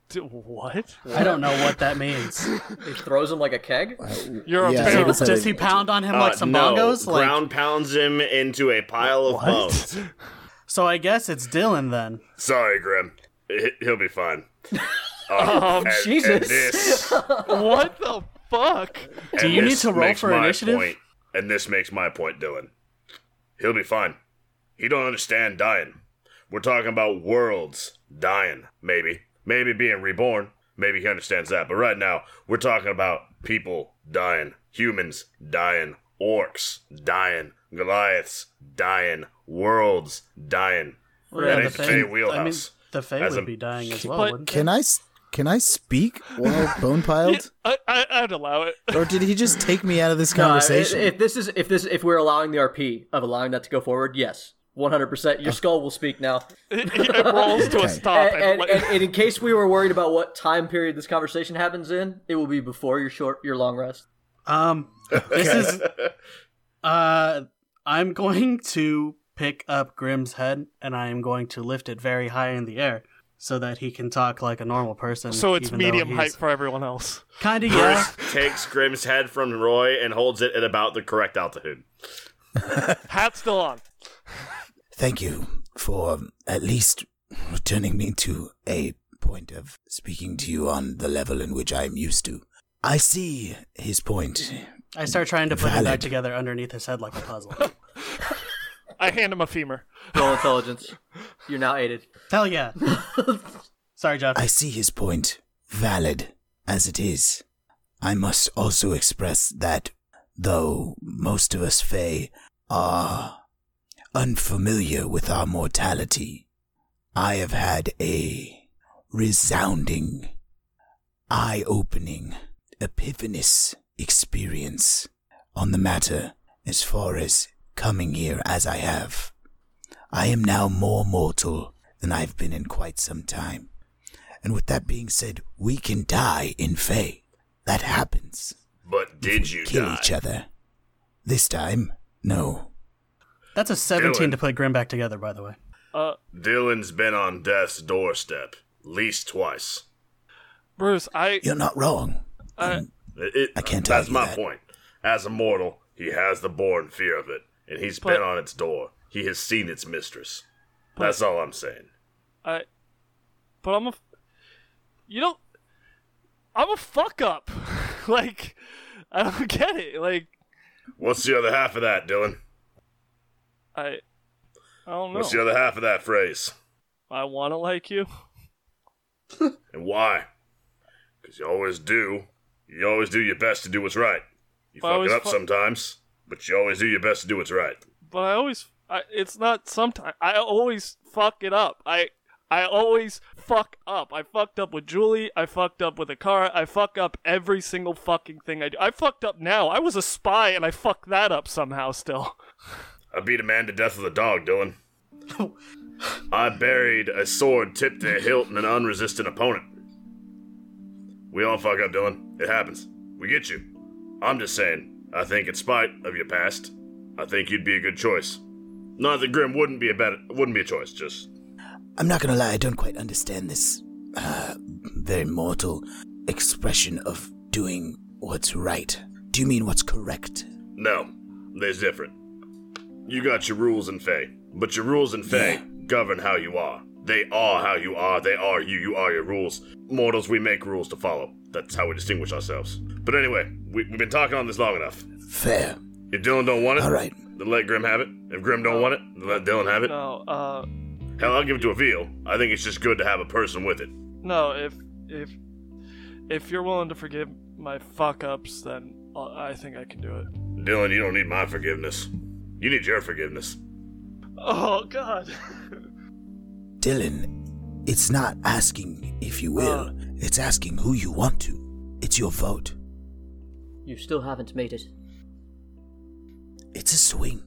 A: d- what?
D: I don't know what that means.
B: It throws him like a keg?
A: You're
E: Mm, Yeah,
A: a
E: I
A: bear.
E: would say-
D: Does he pound on him like
F: Uh,
D: some
F: no,
D: bongos? Like,
F: ground pounds him into a pile of bones.
D: so I guess it's Dylan then.
C: Sorry, Grim. He- He'll be fine.
A: Um,
C: And- And
B: Jesus.
C: this,
A: what the fuck?
D: Do
C: and
D: you need
C: this
D: to roll
C: makes
D: for
C: my
D: initiative?
C: point- and this makes my point, Dylan. He'll be fine. He don't understand dying. We're talking about worlds dying, maybe. Maybe being reborn. Maybe he understands that. But right now, we're talking about people dying, humans dying, orcs dying, Goliaths dying, worlds dying.
D: Well,
C: That
D: yeah,
C: ain't
D: the
C: the
D: Fae-
C: Fae wheelhouse.
D: I mean, the Fae
C: As
D: would
C: a-
D: be dying as well,
A: But-
D: wouldn't they?
E: Can I. Can I speak while bone
A: Yeah,
E: piled?
A: I, I, I'd allow it.
E: Or did he just take me out of this
B: Uh, if, if this is if this if we're allowing the RP of allowing that to go forward, yes, one hundred percent. Your skull will speak now.
A: it, it rolls to
E: Okay.
A: a stop.
B: and,
A: And,
B: and,
A: let-
B: and, and in case we were worried about what time period this conversation happens in, it will be before your short your long rest.
D: Um, this is. Uh, I'm going to pick up Grimm's head and I am going to lift it very high in the air so that he can talk like a normal person.
A: so it's medium height for everyone else.
D: Kind of yeah.
F: Takes Grim's head from Roy and holds it at about the correct altitude.
A: Hat still on.
E: Thank you for at least returning me to a point of speaking to you on the level in which I am used to. I see his point.
D: I start trying to put it back
E: Valid.
D: together underneath his head like a puzzle.
A: I hand him a femur.
B: Roll intelligence. You're now aided.
D: Hell yeah. Sorry, Jeff.
E: I see his point, valid as it is. I must also express that, though most of us Fae are unfamiliar with our mortality, I have had a resounding, eye opening, epiphanous experience on the matter as far as coming here as I have. I am now more mortal than I've been in quite some time. And with that being said, we can die in Fey. That happens.
C: But did
E: We
C: you
E: kill
C: die?
E: each other? This time, no.
D: That's a 17
C: Dylan.
D: to put Grim back together, by the way.
A: Uh,
C: Dylan's been on death's doorstep least twice.
A: Bruce, I
E: You're not wrong.
A: I,
C: It, it-
E: I can't
C: That's
E: argue
C: my
E: that.
C: point. As a mortal, he has the born fear of it, and he's
A: But-
C: been on its door. He has seen its mistress. That's all I'm saying.
A: I, but I'm a, you don't, I'm a fuck up. like, I don't get it. Like,
C: What's the other half of that, Dylan?
A: I, I don't know.
C: What's the other half of that phrase?
A: I want to like you.
C: And why? Because you always do. You always do your best to do what's right. You
A: Well, I
C: fuck
A: always
C: it up
A: fu-
C: sometimes, but you always do your best to do what's right.
A: but I always I, it's not sometimes I always fuck it up. I I always fuck up. I fucked up with Julie. I fucked up with a car. I fuck up every single fucking thing I do. I fucked up now. I was a spy and I fucked that up somehow still.
C: I beat a man to death with a dog, Dylan. I buried a sword tipped to the hilt in an unresistant opponent. We all fuck up, Dylan. It happens. We get you. I'm just saying, I think in spite of your past, I think you'd be a good choice. Not that Grim wouldn't be a better wouldn't be a choice, just
E: I'm not gonna lie, I don't quite understand this uh, very mortal expression of doing what's right. Do you mean what's correct?
C: No, there's different. You got your rules in Fae, but your rules in Fae govern how you are. They are how you are. They are you. You are your rules. Mortals, we make rules to follow. That's how we distinguish ourselves. But anyway, we, we've been talking on this long enough.
E: Fair.
C: If Dylan don't want it,
E: All right.
C: then let Grim have it. If Grim don't want it, then let Dylan have it.
A: No, uh,
C: Hell, I'll give it to a veal. I think it's just good to have a person with it.
A: no. If if if you're willing to forgive my fuck ups, then uh, I I think I can do it.
C: Dylan, you don't need my forgiveness. You need your forgiveness.
A: Oh God.
E: Dylan, it's not asking if you will, it's asking who you want to. It's your vote.
B: You still haven't made it.
E: It's a swing.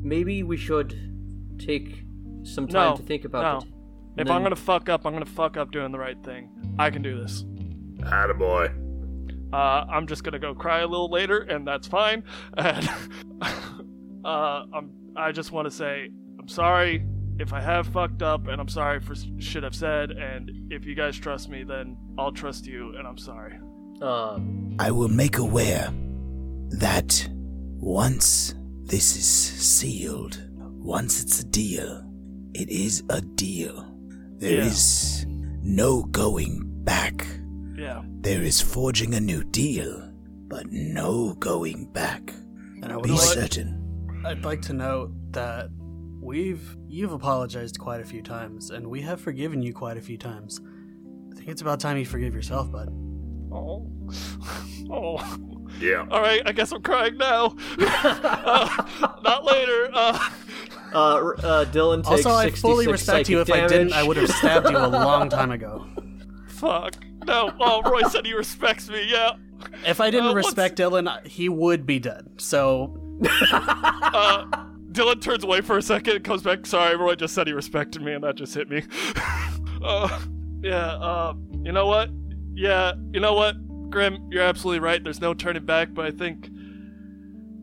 B: Maybe we should take some time
A: No,
B: to think about
A: no.
B: it. and
A: if
B: then-
A: I'm gonna fuck up, I'm gonna fuck up doing the right thing. I can do this.
C: Attaboy.
A: Uh, I'm just gonna go cry a little later, and that's fine. And uh, I'm, I just want to say I'm sorry if I have fucked up, and I'm sorry for s- shit I've said. And if you guys trust me, then I'll trust you, and I'm sorry.
B: Uh,
E: I will make aware that once this is sealed, once it's a deal, it is a deal. There
A: Yeah.
E: is no going back.
A: Yeah,
E: There is forging a new deal, but no going back.
D: And Oh, I would
E: Be
D: like,
E: certain.
D: I'd like to note that we've you've apologized quite a few times, and we have forgiven you quite a few times. I think it's about time you forgive yourself, bud.
A: Oh. Oh.
C: Yeah.
A: All right. I guess I'm crying now. Uh, not later. Uh,
B: uh, r- uh, Dylan takes
D: Also, I
B: 66
D: fully respect you. If
B: psychic
D: I didn't,
B: damage.
D: I would have stabbed you a long time ago.
A: fuck. No. Oh, Roy said he respects me. Yeah.
D: If I didn't
A: Uh, what's-
D: respect Dylan, I- he would be dead. So
A: Uh, Dylan turns away for a second and comes back. Sorry, everyone just said he respected me, and that just hit me. uh, yeah, uh, you know what? Yeah, you know what, Grim? You're absolutely right. There's no turning back, but I think,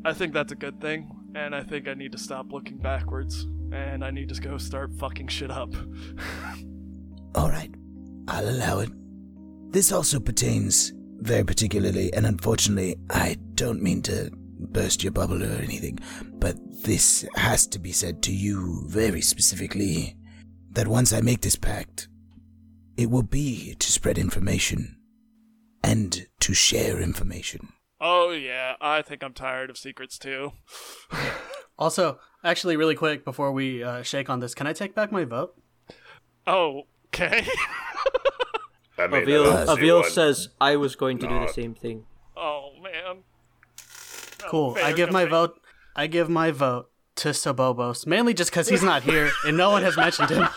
A: I think that's a good thing, and I think I need to stop looking backwards, and I need to go start fucking shit up.
E: All right, I'll allow it. This also pertains very particularly, and unfortunately, I don't mean to burst your bubble or anything, but this has to be said to you very specifically that once I make this pact, it will be to spread information and to share information.
A: Oh yeah, I think I'm tired of secrets too.
D: also, actually, really quick before we uh, shake on this, can I take back my vote?
A: Oh, okay.
C: I made that
B: Avil,
C: up. See
B: Avil
C: what-
B: says, I was going to do
C: No.
B: the same thing.
A: oh man.
D: Cool.
A: Oh, fair,
D: I give
A: good
D: my
A: pick.
D: vote. I give my vote to Sobobos, mainly just because he's not here and no one has mentioned him.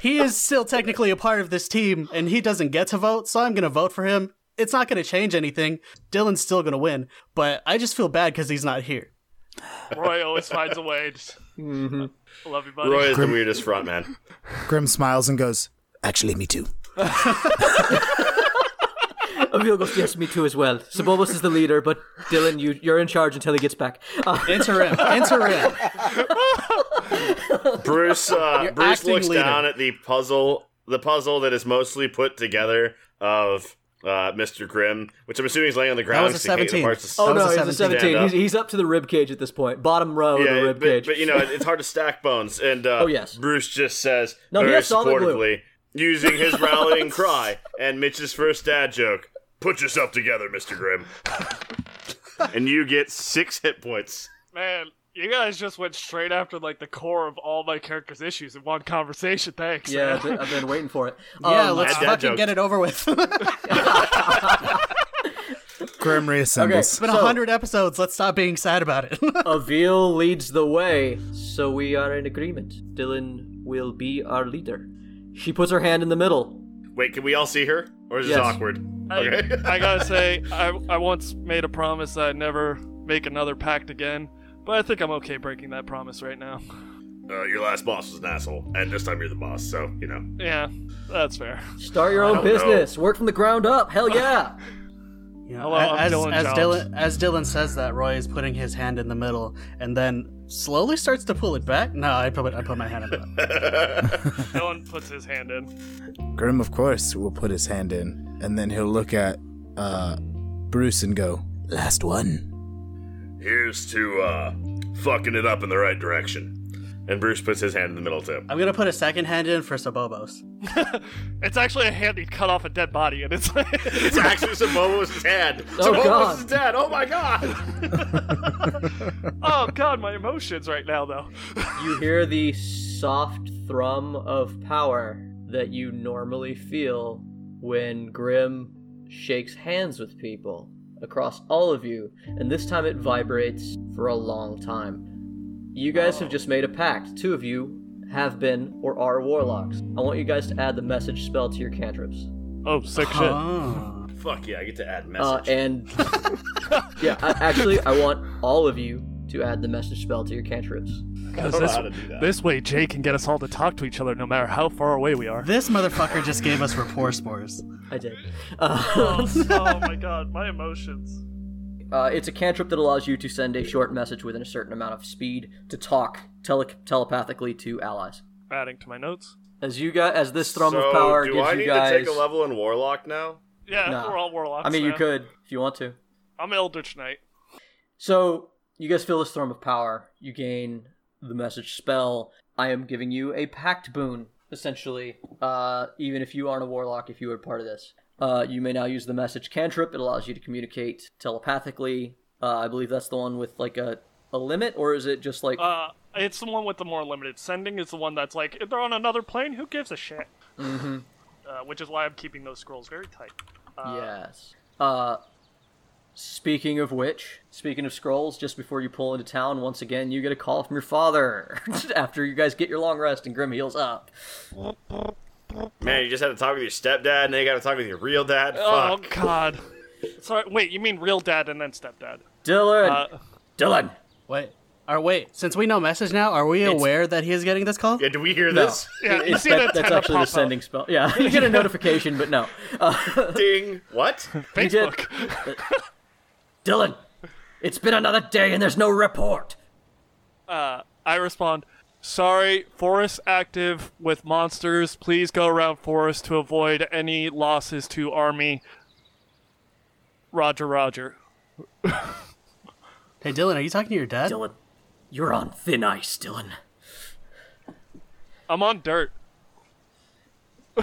D: he is still technically a part of this team, and he doesn't get to vote, so I'm gonna vote for him. It's not gonna change anything. Dylan's still gonna win, but I just feel bad because he's not here.
A: Roy always finds a way. Just, I love you, buddy.
F: Roy is the weirdest front man.
E: Grim smiles and goes, Actually, me too.
B: Avil goes, yes, me too as well. Sebobos is the leader, but Dylan, you, you're in charge until he gets back. Uh,
D: Interim, interim.
F: Bruce uh, Bruce
D: acting
F: looks
D: leader.
F: down at the puzzle, the puzzle that is mostly put together of uh, Mr. Grimm, which I'm assuming he's laying on the ground.
D: was a
F: 'cause he can't get the parts
D: 17.
F: to-
B: oh
D: That was
B: no,
D: a
B: he's a
D: 17.
F: Stand
B: 17. He's,
F: up.
B: he's up to the rib cage at this point, bottom row of the rib
F: but,
B: cage.
F: but you know, it- it's hard to stack bones. And uh,
B: Oh, yes.
F: Bruce just says
B: No, he
F: very
B: has solid glue.
F: supportively, using his rallying cry and Mitch's first dad joke.
C: Put yourself together, Mr. Grimm.
F: And you get six hit points.
A: Man, you guys just went straight after like the core of all my characters' issues in one conversation. Thanks.
B: yeah,
A: man.
B: I've been, I've been waiting for it.
D: Yeah,
B: Um,
D: let's
F: Add that
D: fucking
F: joke.
D: get it over with. it's
E: Grim reassembles.
D: been a 100 episodes. Let's stop being sad about it.
B: Avil leads the way, so we are in agreement. Dylan will be our leader. She puts her hand in the middle.
F: Wait, can we all see her? Or is
B: Yes.
F: this awkward?
A: I,
F: Okay.
A: I gotta say, I, I once made a promise that I'd never make another pact again, but I think I'm okay breaking that promise right now.
C: Uh, your last boss was an asshole, and this time you're the boss, so, you know.
A: Yeah, that's fair.
B: Start your own
C: don't know.
B: business. Work from the ground up. Hell yeah.
D: Yeah,
A: Hello, I'm
D: as,
A: Dylan
D: as
A: Jobs.
D: Dylan as Dylan says that, Roy is putting his hand in the middle and then slowly starts to pull it back. No, I put I put my hand in the middle.
A: No one puts his hand in.
E: Grim, of course, will put his hand in, and then he'll look at uh, Bruce and go, Last one.
C: Here's to uh, fucking it up in the right direction.
F: And Bruce puts his hand in the middle too.
D: I'm gonna put a second hand in for Sabobos.
A: It's actually a hand he cut off a dead body, and it's like.
F: It's actually Samoa's dad.
B: Oh, God.
F: Samoa's dad. Oh my god.
A: oh god, my emotions right now though.
B: You hear the soft thrum of power that you normally feel when Grim shakes hands with people across all of you, and this time it vibrates for a long time. You guys have just made a pact. Two of you have been or are warlocks. I want you guys to add the message spell to your cantrips.
A: Oh, sick shit.
D: Oh.
F: Fuck yeah, I get to add
B: Uh,
F: message.
B: and yeah, I, actually, I want all of you to add the message spell to your cantrips.
F: I don't know how to do that.
A: This way, Jay can get us all to talk to each other no matter how far away we are.
D: This motherfucker just gave us rapport spores.
B: I did. Uh,
A: oh, oh my god, my emotions.
B: Uh, it's a cantrip that allows you to send a short message within a certain amount of speed to talk tele- telepathically to allies.
A: Adding to my notes.
B: As you guys, as this thrum
F: so
B: of power
F: do
B: gives
F: I
B: you
F: need
B: guys,
F: to take a level in Warlock now?
A: Yeah,
B: Nah.
A: we're all warlocks.
B: I mean, you
A: man.
B: could if you want to.
A: I'm Eldritch Knight.
B: So you guys feel this thrum of power. You gain the message spell. I am giving you a pact boon, essentially. Uh, even if you aren't a warlock, if you are part of this, uh, you may now use the message cantrip. It allows you to communicate telepathically. Uh, I believe that's the one with like a a limit, or is it just like
A: Uh, it's the one with the more limited sending. It's the one that's like if they're on another plane, who gives a shit? Mm-hmm. Uh, which is why I'm keeping those scrolls very tight.
B: Yes. Uh, speaking of which, speaking of scrolls, just before you pull into town, once again, you get a call from your father after you guys get your long rest and Grim heals up.
F: Man, you just had to talk with your stepdad, and then you got to talk with your real dad.
A: Oh
F: Fuck.
A: God. Sorry. Wait, you mean real dad and then stepdad?
B: Dylan!
A: Uh,
B: Dylan!
D: Wait. Or wait, since we know message now, are we aware that he is getting this call?
F: Yeah, do we hear
B: No.
F: this?
A: yeah, you
B: It's-
A: see
B: that-
A: that,
B: that's
A: antenna
B: actually the
A: pop
B: sending spell. Yeah, you get a notification, but no. Uh,
F: Ding. What?
A: up.
B: you did-
A: Facebook.
B: Dylan! It's been another day and there's no report!
A: I respond, sorry, forest active with monsters. Please go around forest to avoid any losses to army. Roger, roger.
D: Hey Dylan, are you talking to your dad?
B: Dylan, you're on thin ice, Dylan.
A: I'm on dirt.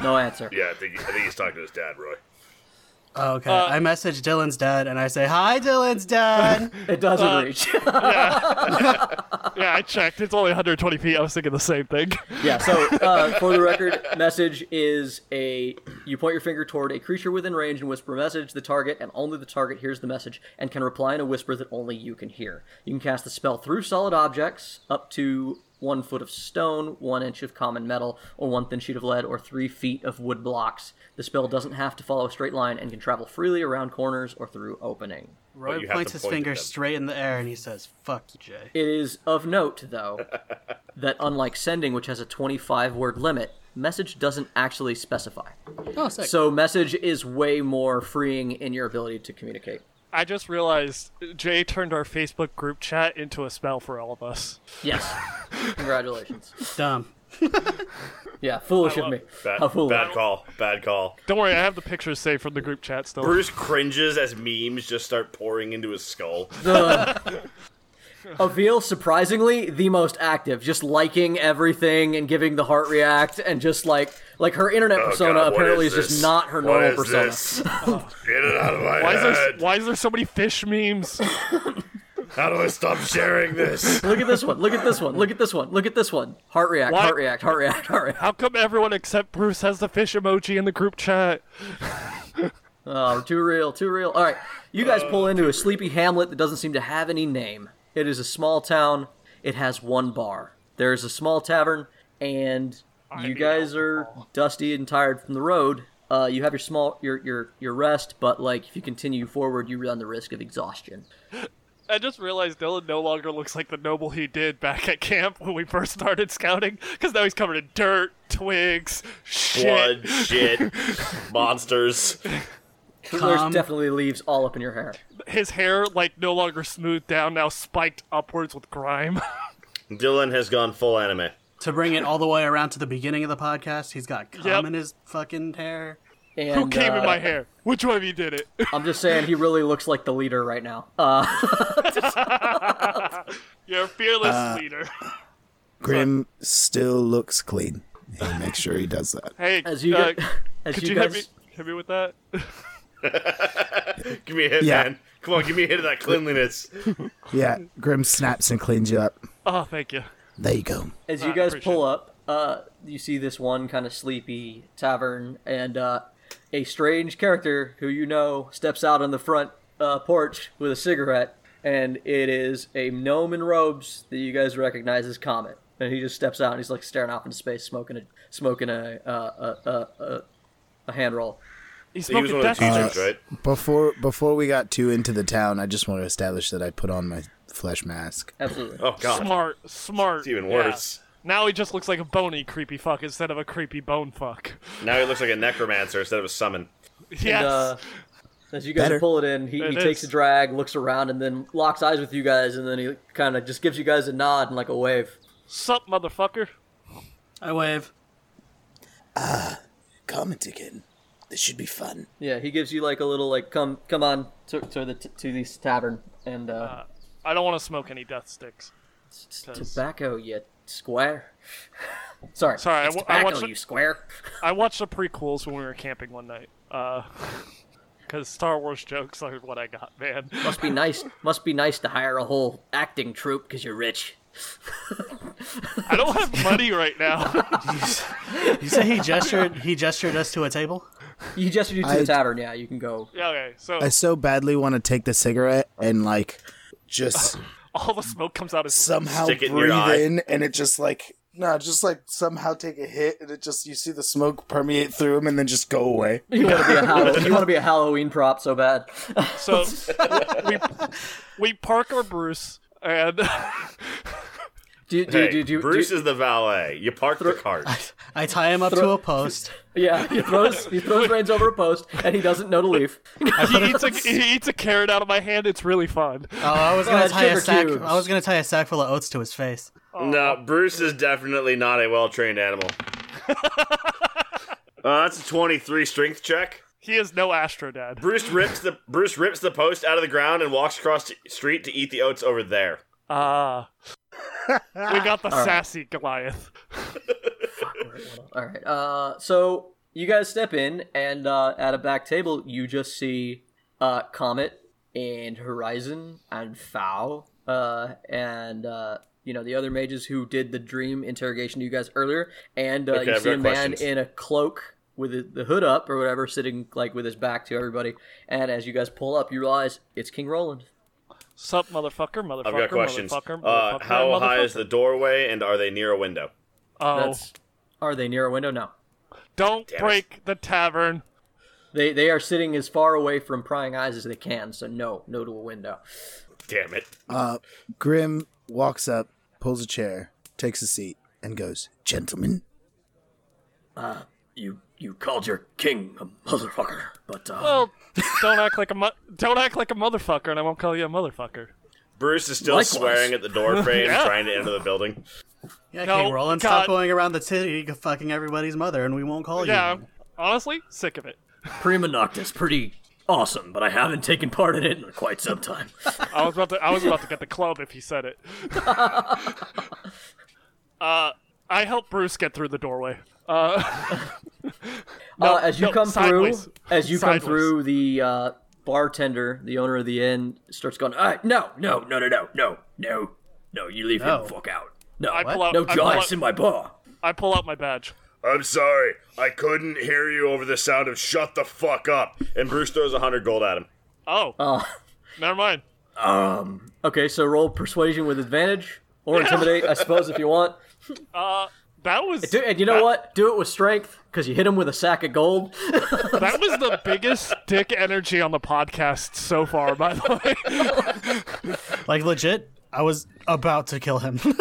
B: No answer.
C: Yeah, I think, I think he's talking to his dad, Roy.
D: Oh, okay. I
A: Uh,
D: message Dylan's dad and I say, Hi Dylan's dad.
B: It doesn't reach.
A: Yeah, I checked. It's only 120 feet. I was thinking the same thing.
B: Yeah, so uh, for the record, message is a you point your finger toward a creature within range and whisper message the target, and only the target hears the message and can reply in a whisper that only you can hear. You can cast the spell through solid objects up to one foot of stone, one inch of common metal, or one thin sheet of lead, or three feet of wood blocks. The spell doesn't have to follow a straight line and can travel freely around corners or through opening.
D: Roy
F: you have
D: points
F: to
D: his
F: point at
D: finger
F: them.
D: straight in the air and he says, "Fuck you, Jay."
B: It is of note, though, that unlike sending, which has a 25 word limit, message doesn't actually specify.
D: Oh, sick.
B: So, message is way more freeing in your ability to communicate.
A: I just realized Jay turned our Facebook group chat into a spell for all of us.
B: Yes. Congratulations.
D: dumb.
B: Yeah, foolish of me.
F: Bad,
B: How foolish.
F: bad call. Bad call.
A: Don't worry, I have the pictures saved from the group chat still.
F: Bruce cringes as memes just start pouring into his skull.
B: Avil, surprisingly, the most active, just liking everything and giving the heart react, and just like like her internet
C: Oh,
B: persona
C: God, what
B: apparently is,
C: this?
B: just not her
C: What
B: normal
C: is
B: persona.
C: this? Get it out of my
A: Why is, there,
C: head.
A: why is there so many fish memes?
C: How do I stop sharing this?
B: Look at this one. Look at this one. Look at this one. Look at this one. Heart react.
A: Why-
B: Heart react. Heart react. Heart react.
A: How come everyone except Bruce has the fish emoji in the group chat?
B: Oh, too real. Too real. All right, you
A: Uh,
B: guys pull into a sleepy hamlet that doesn't seem to have any name. It is a small town. It has one bar. There is a small tavern, and you guys are dusty and tired from the road. Uh, you have your small your your your rest, but like if you continue forward, you run the risk of exhaustion.
A: I just realized Dylan no longer looks like the noble he did back at camp when we first started scouting, because now he's covered in dirt, twigs, shit.
F: Blood, shit, monsters.
B: There's definitely leaves all up in your hair.
A: His hair, like, no longer smoothed down, now spiked upwards with grime.
F: Dylan has gone full anime.
D: To bring it all the way around to the beginning of the podcast, he's got cum in his fucking hair.
B: And,
A: Who came in
B: uh,
A: my hair? Which one of you did it?
B: I'm just saying, he really looks like the leader right now. Uh,
A: You're a fearless
B: Uh,
A: leader.
E: Grim still looks clean. He makes sure he does that.
A: Hey,
B: as you
A: uh,
B: get, as
A: could
B: you,
A: you,
B: guys,
A: hit, me, hit me with that?
F: Give me a hit,
E: Yeah.
F: man. Come on, give me a hit of that cleanliness.
E: Yeah, Grim snaps and cleans you up.
A: Oh, thank you.
E: There you go.
B: as you
A: I
B: guys
A: appreciate
B: pull up, uh, you see this one kind of sleepy tavern, and uh, a strange character who you know steps out on the front uh, porch with a cigarette, and it is a gnome in robes that you guys recognize as Comet. And he just steps out and he's like staring off into space, smoking a smoking a uh, a, a, a, a hand roll.
A: He's
F: He was
A: smoking
F: one of
A: death
F: the teachers, right?
E: Before before we got too into the town, I just want to establish that I put on my flesh mask.
B: Absolutely.
F: Oh god,
A: Smart, smart.
F: it's even
A: yeah.
F: worse.
A: Now he just looks like a bony creepy fuck instead of a creepy bone fuck.
F: Now he looks like a necromancer instead of a summon.
A: Yes.
B: uh, as you guys
E: Better.
B: pull it in, he, he
A: It
B: takes
A: is.
B: a drag, looks around, and then locks eyes with you guys, and then he kind of just gives you guys a nod and like a wave.
A: Sup, motherfucker?
D: I wave.
E: Comment again. This should be fun.
B: Yeah, he gives you like a little like come come on to, to the to this tavern and uh,
A: I don't want to smoke any death sticks.
B: it's tobacco, you square. Sorry,
A: Sorry, I
B: it's
A: wa- I
B: tobacco,
A: watched it-
B: you square.
A: I watched the prequels when we were camping one night. Uh, because Star Wars jokes are what I got, man.
B: Must be nice. Must be nice to hire a whole acting troupe because you're rich.
A: I don't have money right now.
D: You say he gestured. He gestured us to a table.
B: You gestured you to
E: I-
B: the tavern. Yeah, you can go.
A: Yeah, okay, so
E: I so badly want to take the cigarette and like just
A: all the smoke comes out as
E: somehow
F: Stick it in your
E: breathe
F: eye.
E: in and it just like no, just like somehow take a hit and it just you see the smoke permeate through him and then just go away.
B: You want to be a Hall- you want to be a Halloween prop so bad.
A: so. we we park our Bruce and
B: Do, do,
F: Hey,
B: do, do,
F: Bruce
B: do,
F: is the valet. You park the cart.
D: I tie him up to a post.
B: Yeah, he throws he throws reins over a post, and he doesn't know to leave.
A: he eats a he eats a carrot out of my hand. It's really fun.
D: Oh, I was gonna
B: Uh,
D: tie a
B: sugar
D: sack.
B: cubes.
D: I was gonna tie a sack full of oats to his face.
F: No, Bruce is definitely not a well trained animal. uh, that's a twenty-three strength check.
A: He is no Astrodad.
F: Bruce rips the Bruce rips the post out of the ground and walks across the street to eat the oats over there.
A: Ah, we got the sassy Goliath.
B: All right. Uh, so you guys step in, and uh, at a back table, you just see uh, Comet and Horizon and Fow, uh, and uh, you know the other mages who did the dream interrogation to you guys earlier, and uh,
F: Okay,
B: you
F: I've
B: see
F: got
B: a man
F: questions.
B: in a cloak with the- the hood up or whatever, sitting like with his back to everybody. And as you guys pull up, you realize it's King Roland.
A: Sup, motherfucker, motherfucker,
F: I've got questions.
A: motherfucker,
F: Uh,
A: motherfucker,
F: how high is
A: motherfucker.
F: the doorway, and are they near a window?
A: Oh,
B: That's are they near a window? No.
A: don't
F: it.
A: break the tavern.
B: They they are sitting as far away from prying eyes as they can, so no, no to a window.
F: Damn it!
E: Grim walks up, pulls a chair, takes a seat, and goes, Gentlemen,
B: You you called your king a motherfucker, but uh,
A: Well, don't act like a mo- don't act like a motherfucker, and I won't call you a motherfucker.
F: Hmm. Bruce is still
B: Likewise.
F: swearing at the door frame,
A: Yeah.
F: trying to enter the building.
D: Yeah,
A: No,
D: King Roland, stop
A: God.
D: going around the city fucking everybody's mother, and we won't call
A: Yeah,
D: you.
A: I'm honestly, sick of it.
B: Prima Noctis, pretty awesome, but I haven't taken part in it in quite some time.
A: I was about to I was about to get the club if he said it. uh, I helped Bruce get through the doorway. Uh,
B: uh, as you
A: no,
B: come
A: sideways.
B: through, as you
A: Sideways.
B: come through, the uh, bartender, the owner of the inn, starts going, "All right, no, no, no, no, no, no, no, no, you leave him
D: No.
B: the fuck out. No,
A: I pull out
B: no
A: I pull
B: dice
A: out,
B: in my bar.
A: I pull out my badge.
C: I'm sorry, I couldn't hear you over the sound of shut the fuck up.
F: And Bruce throws a hundred gold at him.
A: Oh,
B: Uh,
A: never mind.
B: okay, so roll persuasion with advantage or intimidate, I suppose, if you want.
A: That was
B: Do, and you know what? Do it with strength because you hit him with a sack of gold.
A: that was the biggest dick energy on the podcast so far. By the way,
D: Like legit, I was about to kill him.
A: so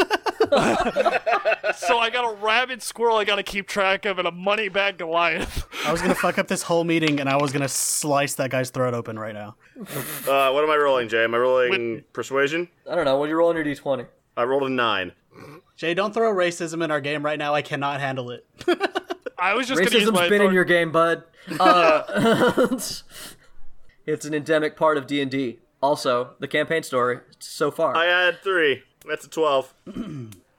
A: I got a rabid squirrel. I got to keep track of and a money bag Goliath.
D: I was gonna fuck up this whole meeting, and I was gonna slice that guy's throat open right now.
F: Uh, what am I rolling, Jay? Am I rolling persuasion?
B: I don't know. What do you roll on your d20?
F: I rolled a nine.
D: Jay, don't throw racism in our game right now. I cannot handle it.
A: I was just gonna use
B: Racism's
A: my
B: been in
A: authority-
B: your game, bud. Uh, it's an endemic part of D and D. Also, the campaign story so far.
F: I had three. That's a twelve.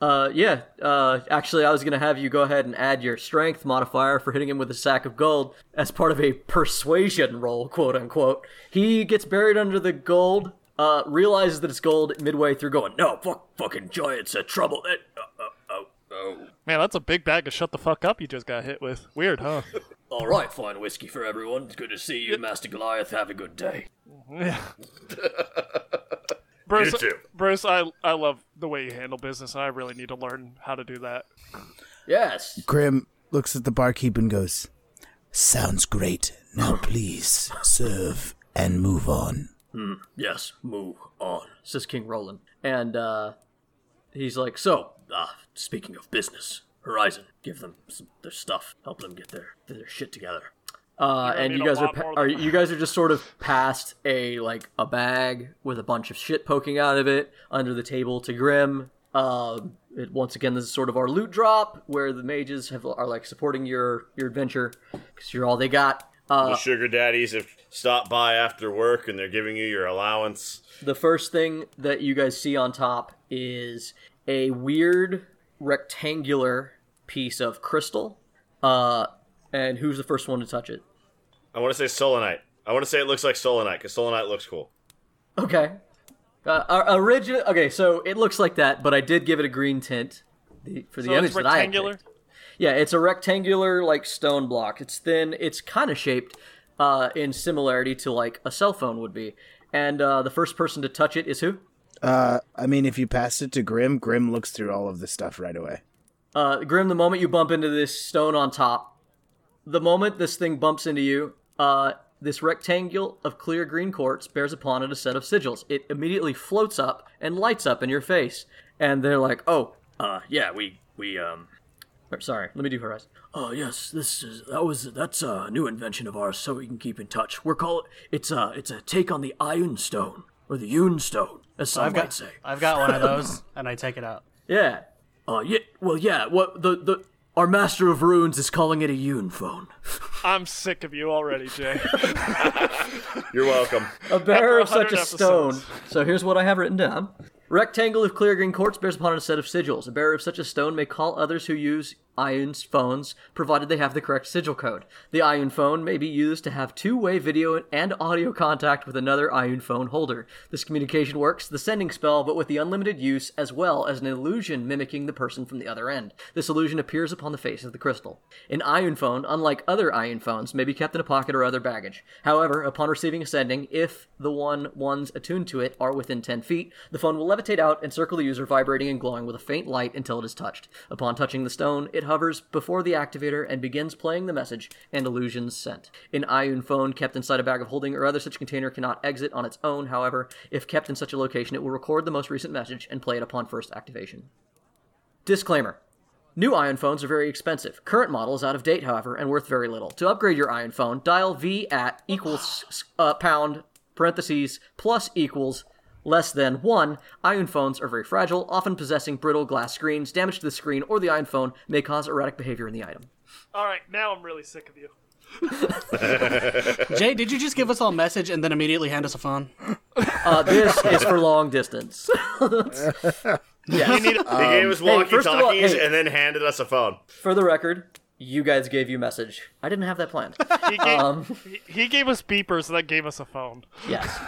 B: Uh, yeah. Uh, actually, I was gonna have you go ahead and add your strength modifier for hitting him with a sack of gold as part of a persuasion roll, quote unquote. He gets buried under the gold. Uh, realizes that it's gold midway through, going, "No, fuck, fucking giants at trouble." It, uh, uh, oh, oh.
A: Man, that's a big bag of shut the fuck up you just got hit with. Weird, huh?
B: All right, fine whiskey for everyone. It's good to see you, Master Goliath. Have a good day.
A: Bruce,
C: too.
A: Bruce, I I love the way you handle business. I really need to learn how to do that.
B: Yes,
E: Grim looks at the barkeep and goes, Sounds great. Now please serve and move on.
B: Yes, move on, says King Roland. And uh, he's like, So, uh, speaking of business, Horizon, give them some, their stuff, help them get their, their shit together. Uh, and
A: need
B: you
A: a
B: guys are,
A: lot
B: pa-
A: more
B: are
A: than-
B: you guys are just sort of past a like a bag with a bunch of shit poking out of it under the table to Grim. Um, it, once again, this is sort of our loot drop where the mages have are like supporting your your adventure because you're all they got. Uh,
F: The sugar daddies have stopped by after work, and they're giving you your allowance.
B: The first thing that you guys see on top is a weird rectangular piece of crystal. Uh, and who's the first one to touch it?
F: I want to say Solonite. I want to say it looks like Solonite because Solonite looks cool.
B: Okay. Uh, a- origi- okay, so it looks like that, but I did give it a green tint the- for the
A: So
B: image
A: it's
B: that I had
A: rectangular.
B: picked. Yeah, it's a rectangular like stone block. It's thin. It's kind of shaped uh, in similarity to like a cell phone would be. And uh, the first person to touch it is who?
E: Uh, I mean, if you pass it to Grim, Grim looks through all of this stuff right away.
B: Uh, Grim, the moment you bump into this stone on top, the moment this thing bumps into you, uh, this rectangle of clear green quartz bears upon it a set of sigils. It immediately floats up and lights up in your face, and they're like, "Oh, uh, yeah, we we um." or, Sorry, let me do Horizon. Oh yes, this is that was that's a new invention of ours, so we can keep in touch. We're call it's a it's a take on the Iron Stone or the Yun Stone, as some
D: I've got, I've got one of those, and I take it out.
B: yeah. Oh, yeah. Well, yeah. What the the our master of runes is calling it a Yoon phone.
A: I'm sick of you already, Jay.
F: You're welcome.
B: A bearer of such
A: 100
B: a stone.
A: episodes.
B: So here's what I have written down. Rectangle of clear green quartz bears upon it a set of sigils. A bearer of such a stone may call others who use ION's phones, provided they have the correct sigil code. The ION phone may be used to have two way video and audio contact with another ION phone holder. This communication works the sending spell, but with the unlimited use, as well as an illusion mimicking the person from the other end. This illusion appears upon the face of the crystal. An ION phone, unlike other ION phones, may be kept in a pocket or other baggage. However, upon receiving a sending, if the one ones attuned to it are within 10 feet, the phone will levitate out and circle the user, vibrating and glowing with a faint light until it is touched. Upon touching the stone, it hovers before the activator and begins playing the message and illusions sent. An ION phone kept inside a bag of holding or other such container cannot exit on its own, however, if kept in such a location, it will record the most recent message and play it upon first activation. Disclaimer. New ion phones are very expensive. Current model is out of date, however, and worth very little. To upgrade your ion phone, dial V at equals s- uh, pound parentheses plus equals less than one. Ion phones are very fragile, often possessing brittle glass screens. Damage to the screen or the ion phone may cause erratic behavior in the item.
A: All right, now I'm really sick of you.
D: Jay, did you just give us all a message and then immediately hand us a phone?
B: Uh, this is for long distance. yes.
F: He gave us walkie
B: first of all-
F: talkies
B: Um, hey.
F: and then handed us a phone.
B: for the record, you guys gave you message. I didn't have that planned.
A: He gave,
B: Um.
A: he, he gave us beepers that gave us a phone,
B: Yes.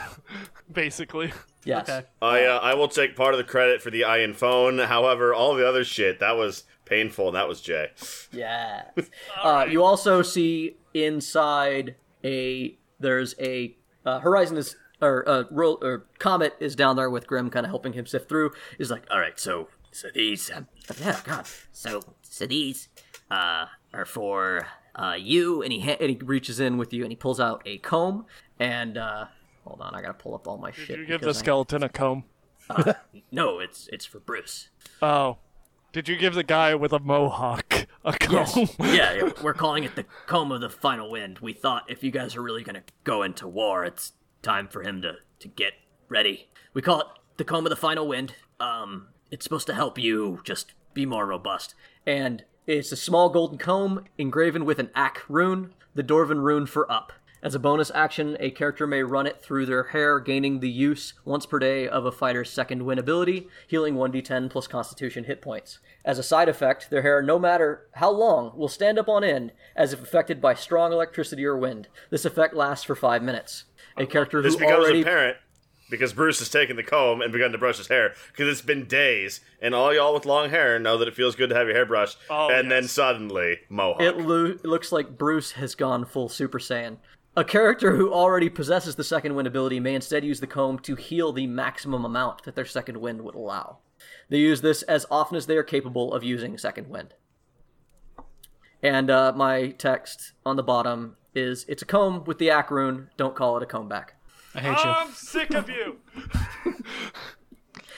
A: basically.
B: Yes.
D: Okay.
F: I uh, I will take part of the credit for the iron phone. However, all the other shit that was painful. and That was Jay.
B: Yeah. uh, you also see inside a there's a uh, Horizon is or uh, roll or Comet is down there with Grim, kind of helping him sift through. He's like, all right, so so these um, yeah, God, so so these uh, are for uh, you, and he ha- and he reaches in with you and he pulls out a comb and uh, hold on, I gotta pull up all my shit.
A: Did you give the
B: because I-
A: skeleton a comb?
B: no, it's it's for Bruce.
A: Oh. Did you give the guy with a mohawk a comb?
B: Yes. yeah, yeah, we're calling it the comb of the final wind. We thought if you guys are really going to go into war, it's time for him to, to get ready. We call it the comb of the final wind. Um, it's supposed to help you just be more robust. And it's a small golden comb engraven with an Ak rune, the Dwarven rune for up. As a bonus action, a character may run it through their hair, gaining the use once per day of a fighter's second win ability, healing 1d10 plus constitution hit points. As a side effect, their hair, no matter how long, will stand up on end as if affected by strong electricity or wind. This effect lasts for 5 minutes. A character
F: This
B: who
F: becomes
B: already
F: apparent because Bruce has taken the comb and begun to brush his hair because it's been days, and all y'all with long hair know that it feels good to have your hair brushed.
A: Oh,
F: and then
A: yes.
F: suddenly, mohawk.
B: It lo- looks like Bruce has gone full Super Saiyan. A character who already possesses the second wind ability may instead use the comb to heal the maximum amount that their second wind would allow. They use this as often as they are capable of using second wind. And uh, my text on the bottom is it's a comb with the ack rune, don't call it a comb back.
D: I hate you.
A: I'm sick of you.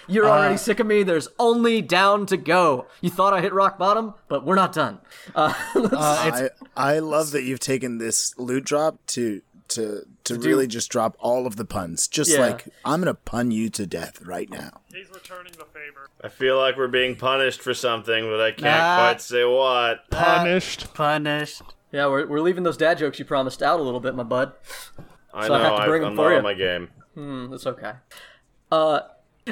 B: You're already sick of me, there's only down to go. You thought I hit rock bottom, but we're not done. Uh,
E: I, I love that you've taken this loot drop to to to really just drop all of the puns. Just
B: Yeah.
E: like I'm gonna pun you to death right now.
A: He's returning the favor.
F: I feel like we're being punished for something, but I can't
D: Nah.
F: quite say what.
A: Punished.
D: Punished.
B: yeah, we're, we're leaving those dad jokes you promised out a little bit, my bud.
F: I
B: So
F: know
B: I have to bring
F: I,
B: 'em
F: am
B: for
F: not
B: ya.
F: on my game.
B: That's okay. Uh,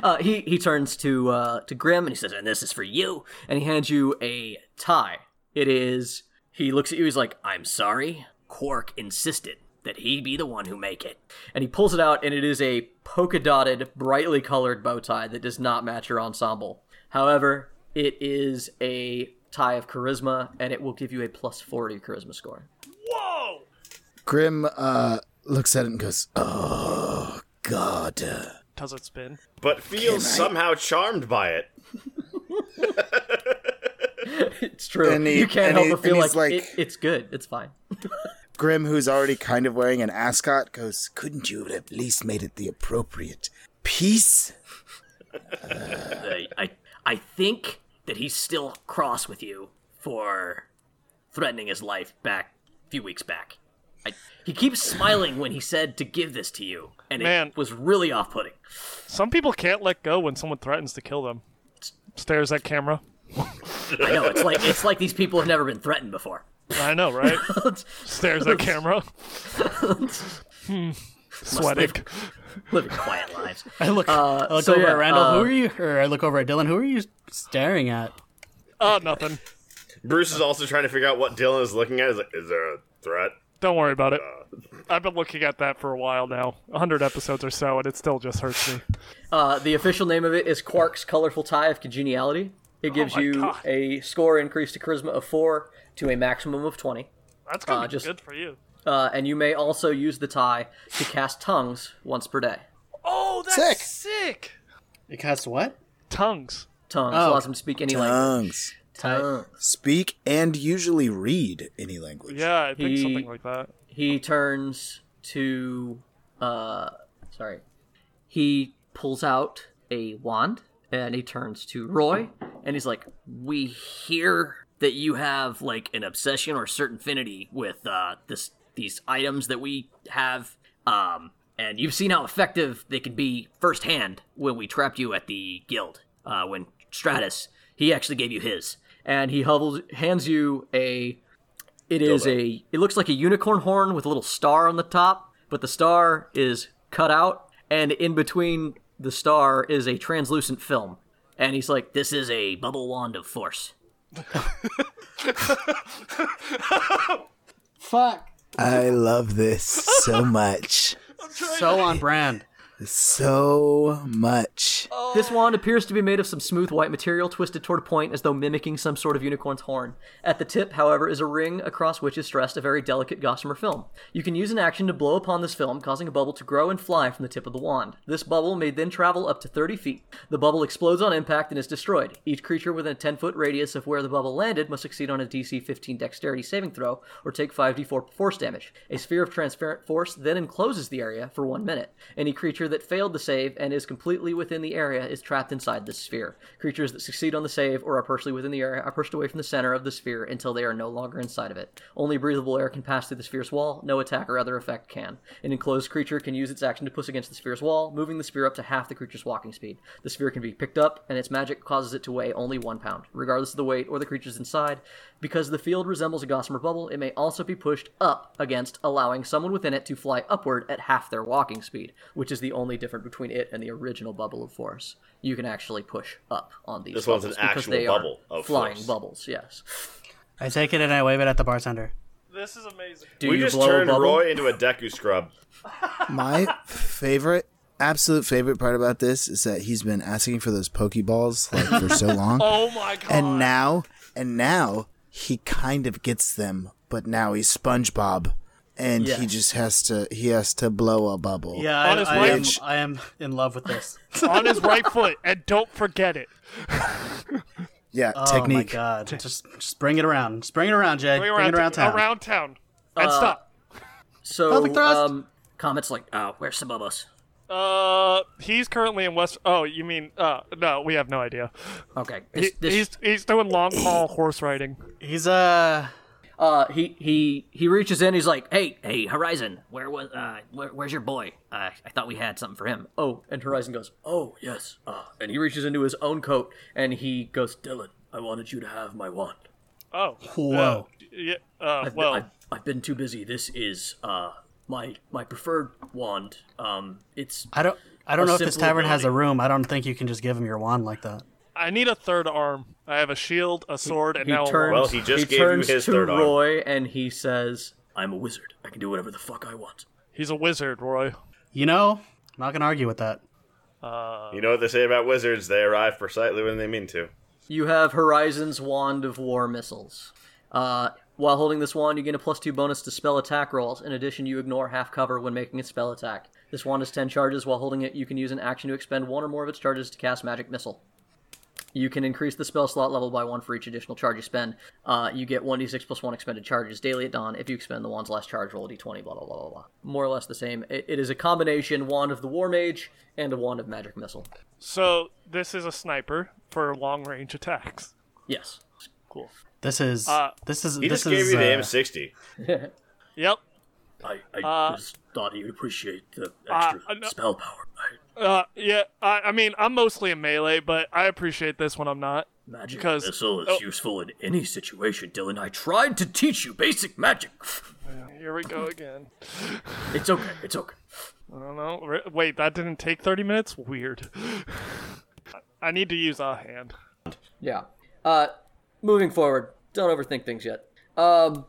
B: uh, he he turns to uh, to Grim and he says, "And this is for you." And he hands you a tie. It is. He looks at you. He's like, "I'm sorry." Quark insisted that he be the one who make it, and he pulls it out, and it is a polka dotted, brightly colored bow tie that does not match your ensemble. However, it is a tie of charisma, and it will give you a plus forty charisma score.
A: Whoa!
E: Grim uh, looks at it and goes, "Oh God."
A: Does it spin?
F: But feels somehow charmed by it.
B: It's true.
E: And he-
B: you can't
E: and
B: help
E: he-
B: but feel
E: and
B: like,
E: he's
B: it,
E: like-
B: it's good. It's fine.
E: Grim, who's already kind of wearing an ascot, goes, "Couldn't you have at least made it the appropriate piece?"
B: I, I, I think that he's still cross with you for threatening his life back a few weeks back. I, he keeps smiling when he said to give this to you, and
A: Man.
B: it was really off-putting.
A: Some people can't let go when someone threatens to kill them. Stares at camera.
B: I know it's like it's like these people have never been threatened before.
A: I know, right? Stares at camera. hmm. Sweating.
B: Living quiet lives.
D: I look, I look
B: so
D: over
B: yeah,
D: at Randall.
B: uh,
D: who are you? Or I look over at Dylan. Who are you staring at?
A: Oh, Ah, nothing.
F: Bruce is also trying to figure out what Dylan is looking at. Is like, is there a threat?
A: Don't worry about it. I've been looking at that for a while now, 100 episodes or so, and it still just hurts me.
B: Uh, the official name of it is Quark's Colorful Tie of Congeniality. It gives
A: Oh my
B: you
A: God.
B: a score increase to Charisma of 4 to a maximum of 20.
A: That's gonna
B: Uh,
A: be
B: just-
A: good for you.
B: Uh, and you may also use the tie to cast tongues once per day.
A: Oh,
E: Sick.
A: that's sick.
D: It casts what?
A: Tongues.
B: Tongues
D: Oh.
B: allows him to speak any language.
E: Tongues.
B: Tongue.
E: Speak and usually read any language.
A: Yeah, I think
B: He-
A: something like that.
B: He turns to. Uh, sorry. He pulls out a wand and he turns to Roy and he's like, We hear that you have like an obsession or certain affinity with uh, this these items that we have. Um, and you've seen how effective they can be firsthand when we trapped you at the guild. Uh, when Stratus, he actually gave you his. And he hovels, hands you a it is a. It looks like a unicorn horn with a little star on the top, but the star is cut out, and in between the star is a translucent film. And he's like, "This is a bubble wand of force."
D: Fuck.
E: I love this so much.
D: So on brand.
E: So much.
B: This wand appears to be made of some smooth white material twisted toward a point as though mimicking some sort of unicorn's horn. At the tip, however, is a ring across which is stressed a very delicate gossamer film. You can use an action to blow upon this film, causing a bubble to grow and fly from the tip of the wand. This bubble may then travel up to 30 feet. The bubble explodes on impact and is destroyed. Each creature within a 10 foot radius of where the bubble landed must succeed on a DC 15 dexterity saving throw or take 5d4 force damage. A sphere of transparent force then encloses the area for one minute. Any creature that failed the save and is completely within the area is trapped inside this sphere. Creatures that succeed on the save or are partially within the area are pushed away from the center of the sphere until they are no longer inside of it. Only breathable air can pass through the sphere's wall, no attack or other effect can. An enclosed creature can use its action to push against the sphere's wall, moving the sphere up to half the creature's walking speed. The sphere can be picked up, and its magic causes it to weigh only one pound, regardless of the weight or the creatures inside. Because the field resembles a gossamer bubble, it may also be pushed up against, allowing someone within it to fly upward at half their walking speed, which is the only difference between it and the original bubble of force. You can actually push up on these.
F: This one's an
B: bubbles because
F: actual
B: they
F: bubble
B: are
F: of
B: flying
F: force.
B: bubbles. Yes.
D: I take it and I wave it at the bartender.
A: This is amazing.
B: Do
F: we
B: you
F: just
B: blow a
F: turned
B: bubble?
F: Roy into a Deku scrub.
E: My favorite, absolute favorite part about this is that he's been asking for those Pokeballs like for so long.
A: Oh my god.
E: and now and now he kind of gets them but now he's spongebob and he
B: Yeah.
E: just has to he has to blow a bubble
D: Yeah,
A: On his
D: I, I, am,
A: wage.
D: I am in love with this.
A: on his right foot, and don't forget it.
E: yeah
D: Oh my
E: technique
D: god. Just, just bring it around. Just bring it around, Jay.
A: Going
D: bring it around town.
A: Around town. And stop.
B: So,
D: Pelvic thrust.
B: um, Comet's like, oh, where's some bubbles?
A: Uh, he's currently in West. Oh, you mean? Uh, no, we have no idea.
B: Okay.
A: He,
B: This, this,
A: He's he's doing long haul horse riding.
D: He's uh
B: uh, he he he reaches in. He's like, "Hey, hey, Horizon, where was uh, where, where's your boy? Uh, I thought we had something for him." Oh, and Horizon goes, "Oh yes," uh, and he reaches into his own coat and he goes, "Dylan, I wanted you to have my wand.
A: Oh,
D: whoa.
A: yeah. Uh, well,
B: I've, I've been too busy. This is uh my my preferred wand. Um, it's
D: I don't I don't
B: A
D: know if this
B: simple
D: tavern has a
B: ability.
D: room. I don't think you can just give him your wand like that.
A: I need a third arm. I have a shield, a sword, and
B: he
A: now a
B: turns.
A: wand.
F: Well, he just gave you
B: turns
F: his
B: to
F: third arm.
B: Roy and he says, "I'm a wizard. I can do whatever the fuck I want."
A: He's a wizard, Roy.
D: You know, I'm not gonna argue with that.
F: You know what they say about wizards? They arrive precisely when they mean to.
B: You have Horizon's Wand of War missiles. Uh, while holding this wand, you gain a plus two bonus to spell attack rolls. In addition, you ignore half cover when making a spell attack. This wand has 10 charges. While holding it, you can use an action to expend one or more of its charges to cast Magic Missile. You can increase the spell slot level by one for each additional charge you spend. Uh, you get 1d6 plus 1 expended charges daily at dawn. If you expend the wand's last charge, roll a d20, blah, blah, blah, blah, blah. More or less the same. It, it is a combination Wand of the War Mage and a Wand of Magic Missile.
A: So this is a sniper for long range attacks.
B: Yes.
A: Cool.
D: This is
A: Uh,
D: this is
F: He
D: this
F: just gave
D: is
F: you the
D: uh,
F: M60.
A: Yep.
B: I, I just thought he'd appreciate the
A: extra uh, no-
B: spell power. I,
A: Uh, yeah. I, I mean, I'm mostly a melee, but I appreciate this when I'm not.
B: magic
A: Because-
B: missile is
A: oh.
B: useful in any situation, Dylan. I tried to teach you basic magic.
A: Here we go again.
B: It's okay. It's okay.
A: I don't know. Re- Wait, that didn't take 30 minutes? Weird. I need to use a hand.
B: Yeah. Uh, moving forward, Don't overthink things yet. Um,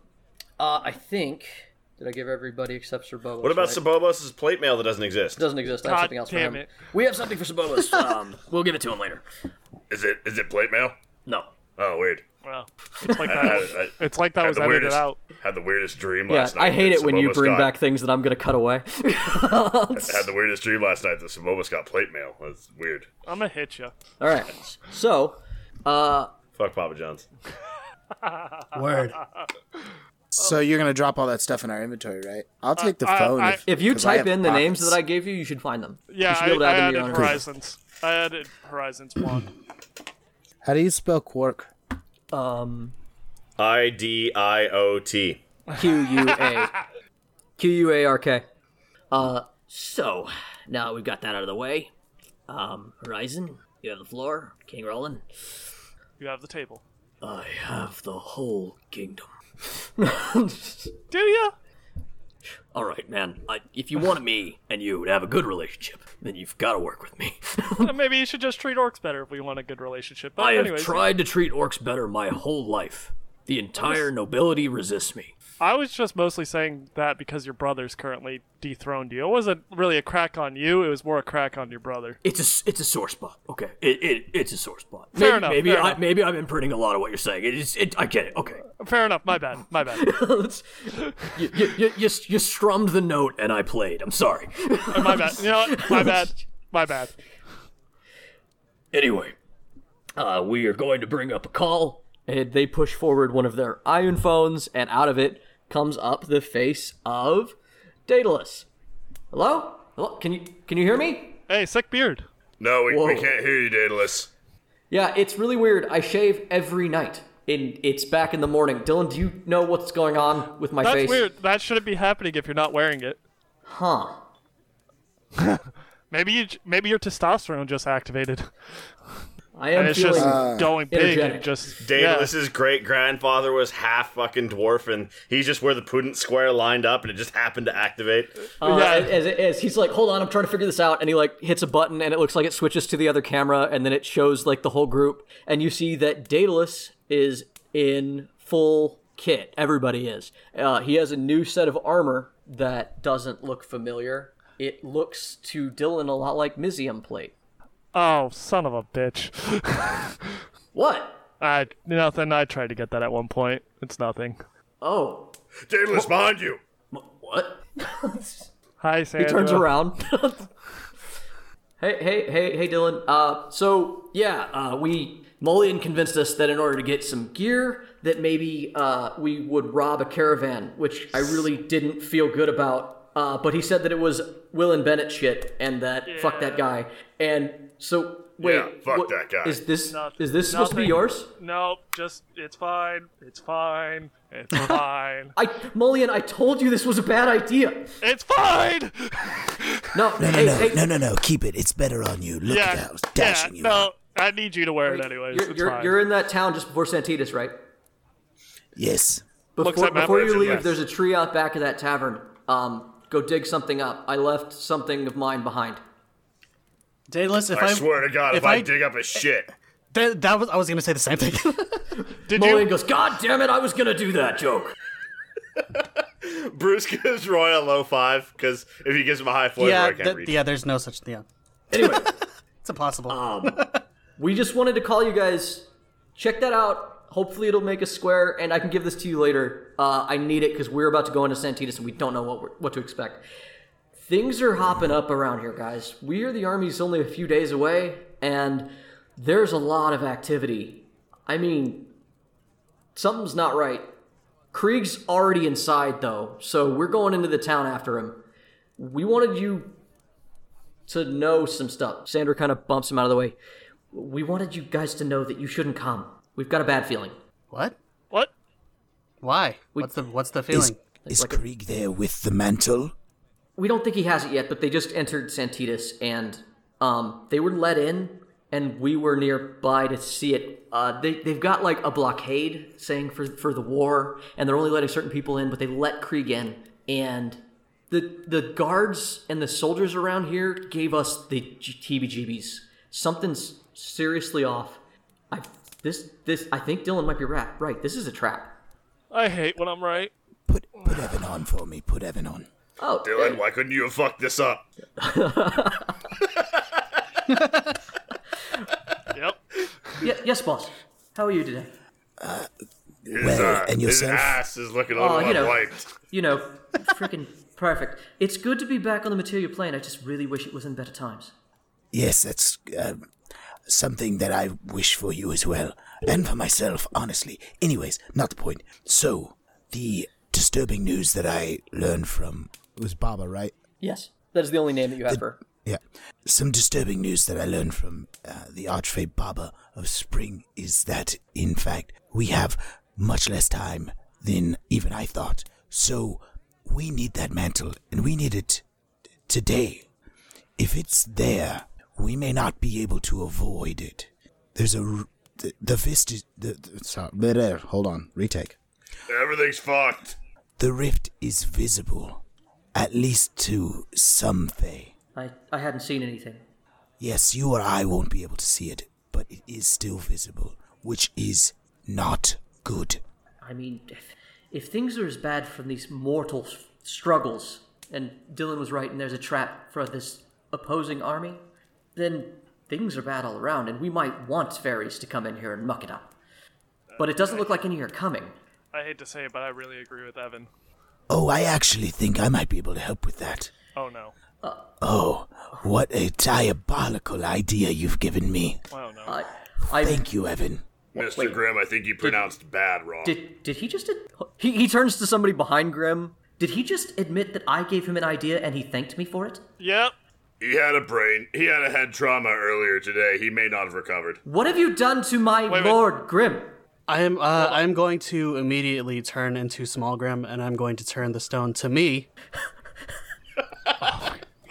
B: uh, I think did I give everybody except Sir Bobo?
F: What about
B: right?
F: Sabobos' plate mail that doesn't exist?
B: Doesn't exist. I have
A: God
B: something else for
A: damn
B: him.
A: it.
B: We have something for Sir Bobo's. um, we'll give it to him later.
C: Is it is it plate mail?
B: No.
C: Oh, weird.
A: Well, it's like
C: I,
A: that.
C: I, I
A: It's like that
C: had
A: was
C: the
A: edited
C: weirdest,
A: out.
C: Had the weirdest dream
B: Yeah,
C: last night.
B: I hate
C: that
B: it when you
C: Sabobos
B: bring
C: got.
B: back things that I'm gonna cut away. All
C: Had the weirdest dream last night that Sabobos got plate mail. That's weird.
A: I'm gonna hit you.
B: right. So, uh,
F: Fuck Papa John's.
D: Word.
E: So you're gonna drop all that stuff in our inventory, right? I'll take the
A: I-
E: phone.
A: I-
E: if,
B: if you
E: 'cause I
B: type
E: have
B: in the names
E: pockets.
B: that I gave you, you should find them. you
A: Yeah,
B: should
A: I,
B: be able to
A: I
B: add them to
A: added
B: your own inventory.
A: Horizons. I added Horizons one.
E: How do you spell quark?
B: Um,
F: I D I O T.
B: Q U A. Q U A R K. Uh, so, now that we've got that out of the way, um, Horizon, you have the floor, King Roland.
A: You have the table.
B: I have the whole kingdom.
A: Do you?
B: All right, man. I, if you wanted me and you to have a good relationship, then you've got to work with me.
A: Maybe you should just treat orcs better if we want a good relationship. But
B: I have
A: anyways,
B: tried to treat orcs better my whole life. The entire nobility resists me.
A: I was just mostly saying that because your brother's currently dethroned you. It wasn't really a crack on you. It was more a crack on your brother.
B: It's a s- it's a sore spot. Okay, it, it it's a sore spot.
A: Fair
B: maybe
A: enough,
B: maybe
A: fair
B: I
A: enough.
B: maybe I'm imprinting a lot of what you're saying. It is it I get it. Okay,
A: Fair enough. My bad. My bad.
B: you, you, you, you s- you strummed the note and I played. I'm sorry.
A: My bad. You know what? My bad. My bad.
B: Anyway, uh, we are going to bring up a call. And they push forward one of their iron phones, and out of it comes up the face of Daedalus. Hello? Hello? Can you can you hear me?
A: Hey, sick beard.
C: No, we,
B: Whoa.
C: we can't hear you, Daedalus.
B: Yeah, it's really weird. I shave every night. And it's back in the morning. Dylan, do you know what's going on with my
A: That's
B: face?
A: weird. That shouldn't be happening if you're not wearing it.
B: Huh.
A: Maybe you, j- maybe your testosterone just activated,
B: I am
A: and it's
B: feeling uh,
A: just going big
B: energetic.
A: and just yeah.
F: Daedalus's great grandfather was half fucking dwarf, and he's just where the Putin Square lined up, and it just happened to activate.
B: Uh,
A: Yeah.
B: as, as he's like, hold on, I'm trying to figure this out, and he like hits a button, and it looks like it switches to the other camera, and then it shows like the whole group, and you see that Daedalus is in full kit. Everybody is. Uh, he has a new set of armor that doesn't look familiar. It looks to Dylan a lot like Mizium plate.
A: Oh, son of a bitch.
B: What?
A: I nothing. I tried to get that at one point. It's nothing.
B: Oh,
C: Daedalus, behind you.
B: wh- what?
A: Hi, Sandra.
B: He turns around. hey, hey, hey, hey, Dylan. Uh, so yeah, uh, we Mullion convinced us that in order to get some gear, that maybe uh, we would rob a caravan, which I really didn't feel good about. Uh, but he said that it was Will and Bennett shit, and that fuck that guy. And so wait,
C: Yeah, fuck
B: what-
C: that guy.
B: Is this
A: Noth-
B: is this supposed to be
A: nothing.
B: yours?
A: Nope. Just it's fine. It's fine. It's fine.
B: I Mullion, I told you this was a bad idea.
A: it's fine.
B: No,
E: No, no,
B: hey,
E: no,
B: hey,
E: no, no, no. Keep it. It's better on you. Look at
A: Yeah.
E: how
A: Yeah.
E: dashing you are.
A: No, I need you to wear it anyways.
B: You're,
A: it's
B: you're,
A: fine.
B: you're in that town just before Santitas, right?
E: Yes.
A: Looks
B: Before,
A: like my
B: before you
A: version,
B: leave,
A: yes.
B: there's a tree out back of that tavern. Um, go dig something up. I left something of mine behind.
D: Daedalus, if I,
C: I, swear to God, if,
D: if
C: I,
D: I-
C: dig up his shit,
D: that, that was I was gonna say the same thing.
A: Did
B: Mulligan
A: you?
B: goes, God damn it, I was gonna do that joke.
F: Bruce gives Roy a low five because if he gives him a high four,
D: yeah,
F: Roy can't
D: th-
F: reach.
D: yeah. There's no such thing.
B: Anyway,
D: It's impossible.
B: we just wanted to call you guys. Check that out. Hopefully, it'll make a square, and I can give this to you later. Uh, I need it because we're about to go into Santitas and we don't know what we're, what to expect. Things are hopping up around here, guys. We are the army's only a few days away, and there's a lot of activity. I mean, something's not right. Krieg's already inside, though, so we're going into the town after him. We wanted you to know some stuff. Sandra kind of bumps him out of the way. We wanted you guys to know that you shouldn't come. We've got a bad feeling.
D: what?
A: What?
D: Why? What's the what's the
E: Is,
D: feeling?
E: is Krieg there with the mantle?
B: We don't think he has it yet, but they just entered Santitas and um, they were let in, and we were nearby to see it. Uh, they, they've got like a blockade saying for, for the war, and they're only letting certain people in, but they let Krieg in. And the, the guards and the soldiers around here gave us the G- TBGBs. Something's seriously off. I This this I think Dylan might be right. Right. This is a trap.
A: I hate when I'm right.
E: Put put Evan on for me. Put Evan on.
B: Oh,
C: Dylan, why couldn't you have fucked this up?
A: Yep.
B: yeah, yes, boss. How are you today?
C: His,
E: Well,
C: uh,
E: and
C: his
E: yourself?
C: ass is looking a
B: Oh,
C: little
B: you know.
C: unwiped.
B: You know, freaking perfect. It's good to be back on the material plane. I just really wish it was in better times.
E: Yes, that's um, something that I wish for you as well, and for myself, honestly. Anyways, not the point. So, the disturbing news that I learned from it was Baba, right?
B: Yes, that is the only name that you have for.
E: Yeah. Some disturbing news that I learned from uh, the Archfey Baba of Spring is that, in fact, we have much less time than even I thought. So we need that mantle, and we need it t- today. If it's there, we may not be able to avoid it. There's a r- the, the fist is the, the sorry. Blah, blah, Hold on, retake.
C: Everything's fucked.
E: The rift is visible, at least to some Fae.
B: I I hadn't seen anything.
E: Yes, you or I won't be able to see it, but it is still visible, which is not good.
B: I mean, if, if things are as bad from these mortal s- struggles, and Dylan was right, and there's a trap for this opposing army, then things are bad all around, and we might want fairies to come in here and muck it up. But it doesn't look like any are coming.
A: I hate to say it, but I really agree with Evan.
E: Oh, I actually think I might be able to help with that.
A: Oh no.
E: Oh, what a diabolical idea you've given me.
A: Wow, Oh, no.
E: Uh,
B: I, I
E: Thank you, Evan.
C: Mr.
B: wait.
C: Grimm, I think you pronounced bad wrong.
B: did. Did he just? ad- He he turns to somebody behind Grim. Did he just admit that I gave him an idea and he thanked me for it?
A: Yep.
C: he had a brain. He had a head trauma earlier today. He may not have recovered.
B: What have you done to my
A: Wait, wait.
B: lord, Grim?
D: I am. Uh, I am going to immediately turn into small Grim, and I'm going to turn the stone to me.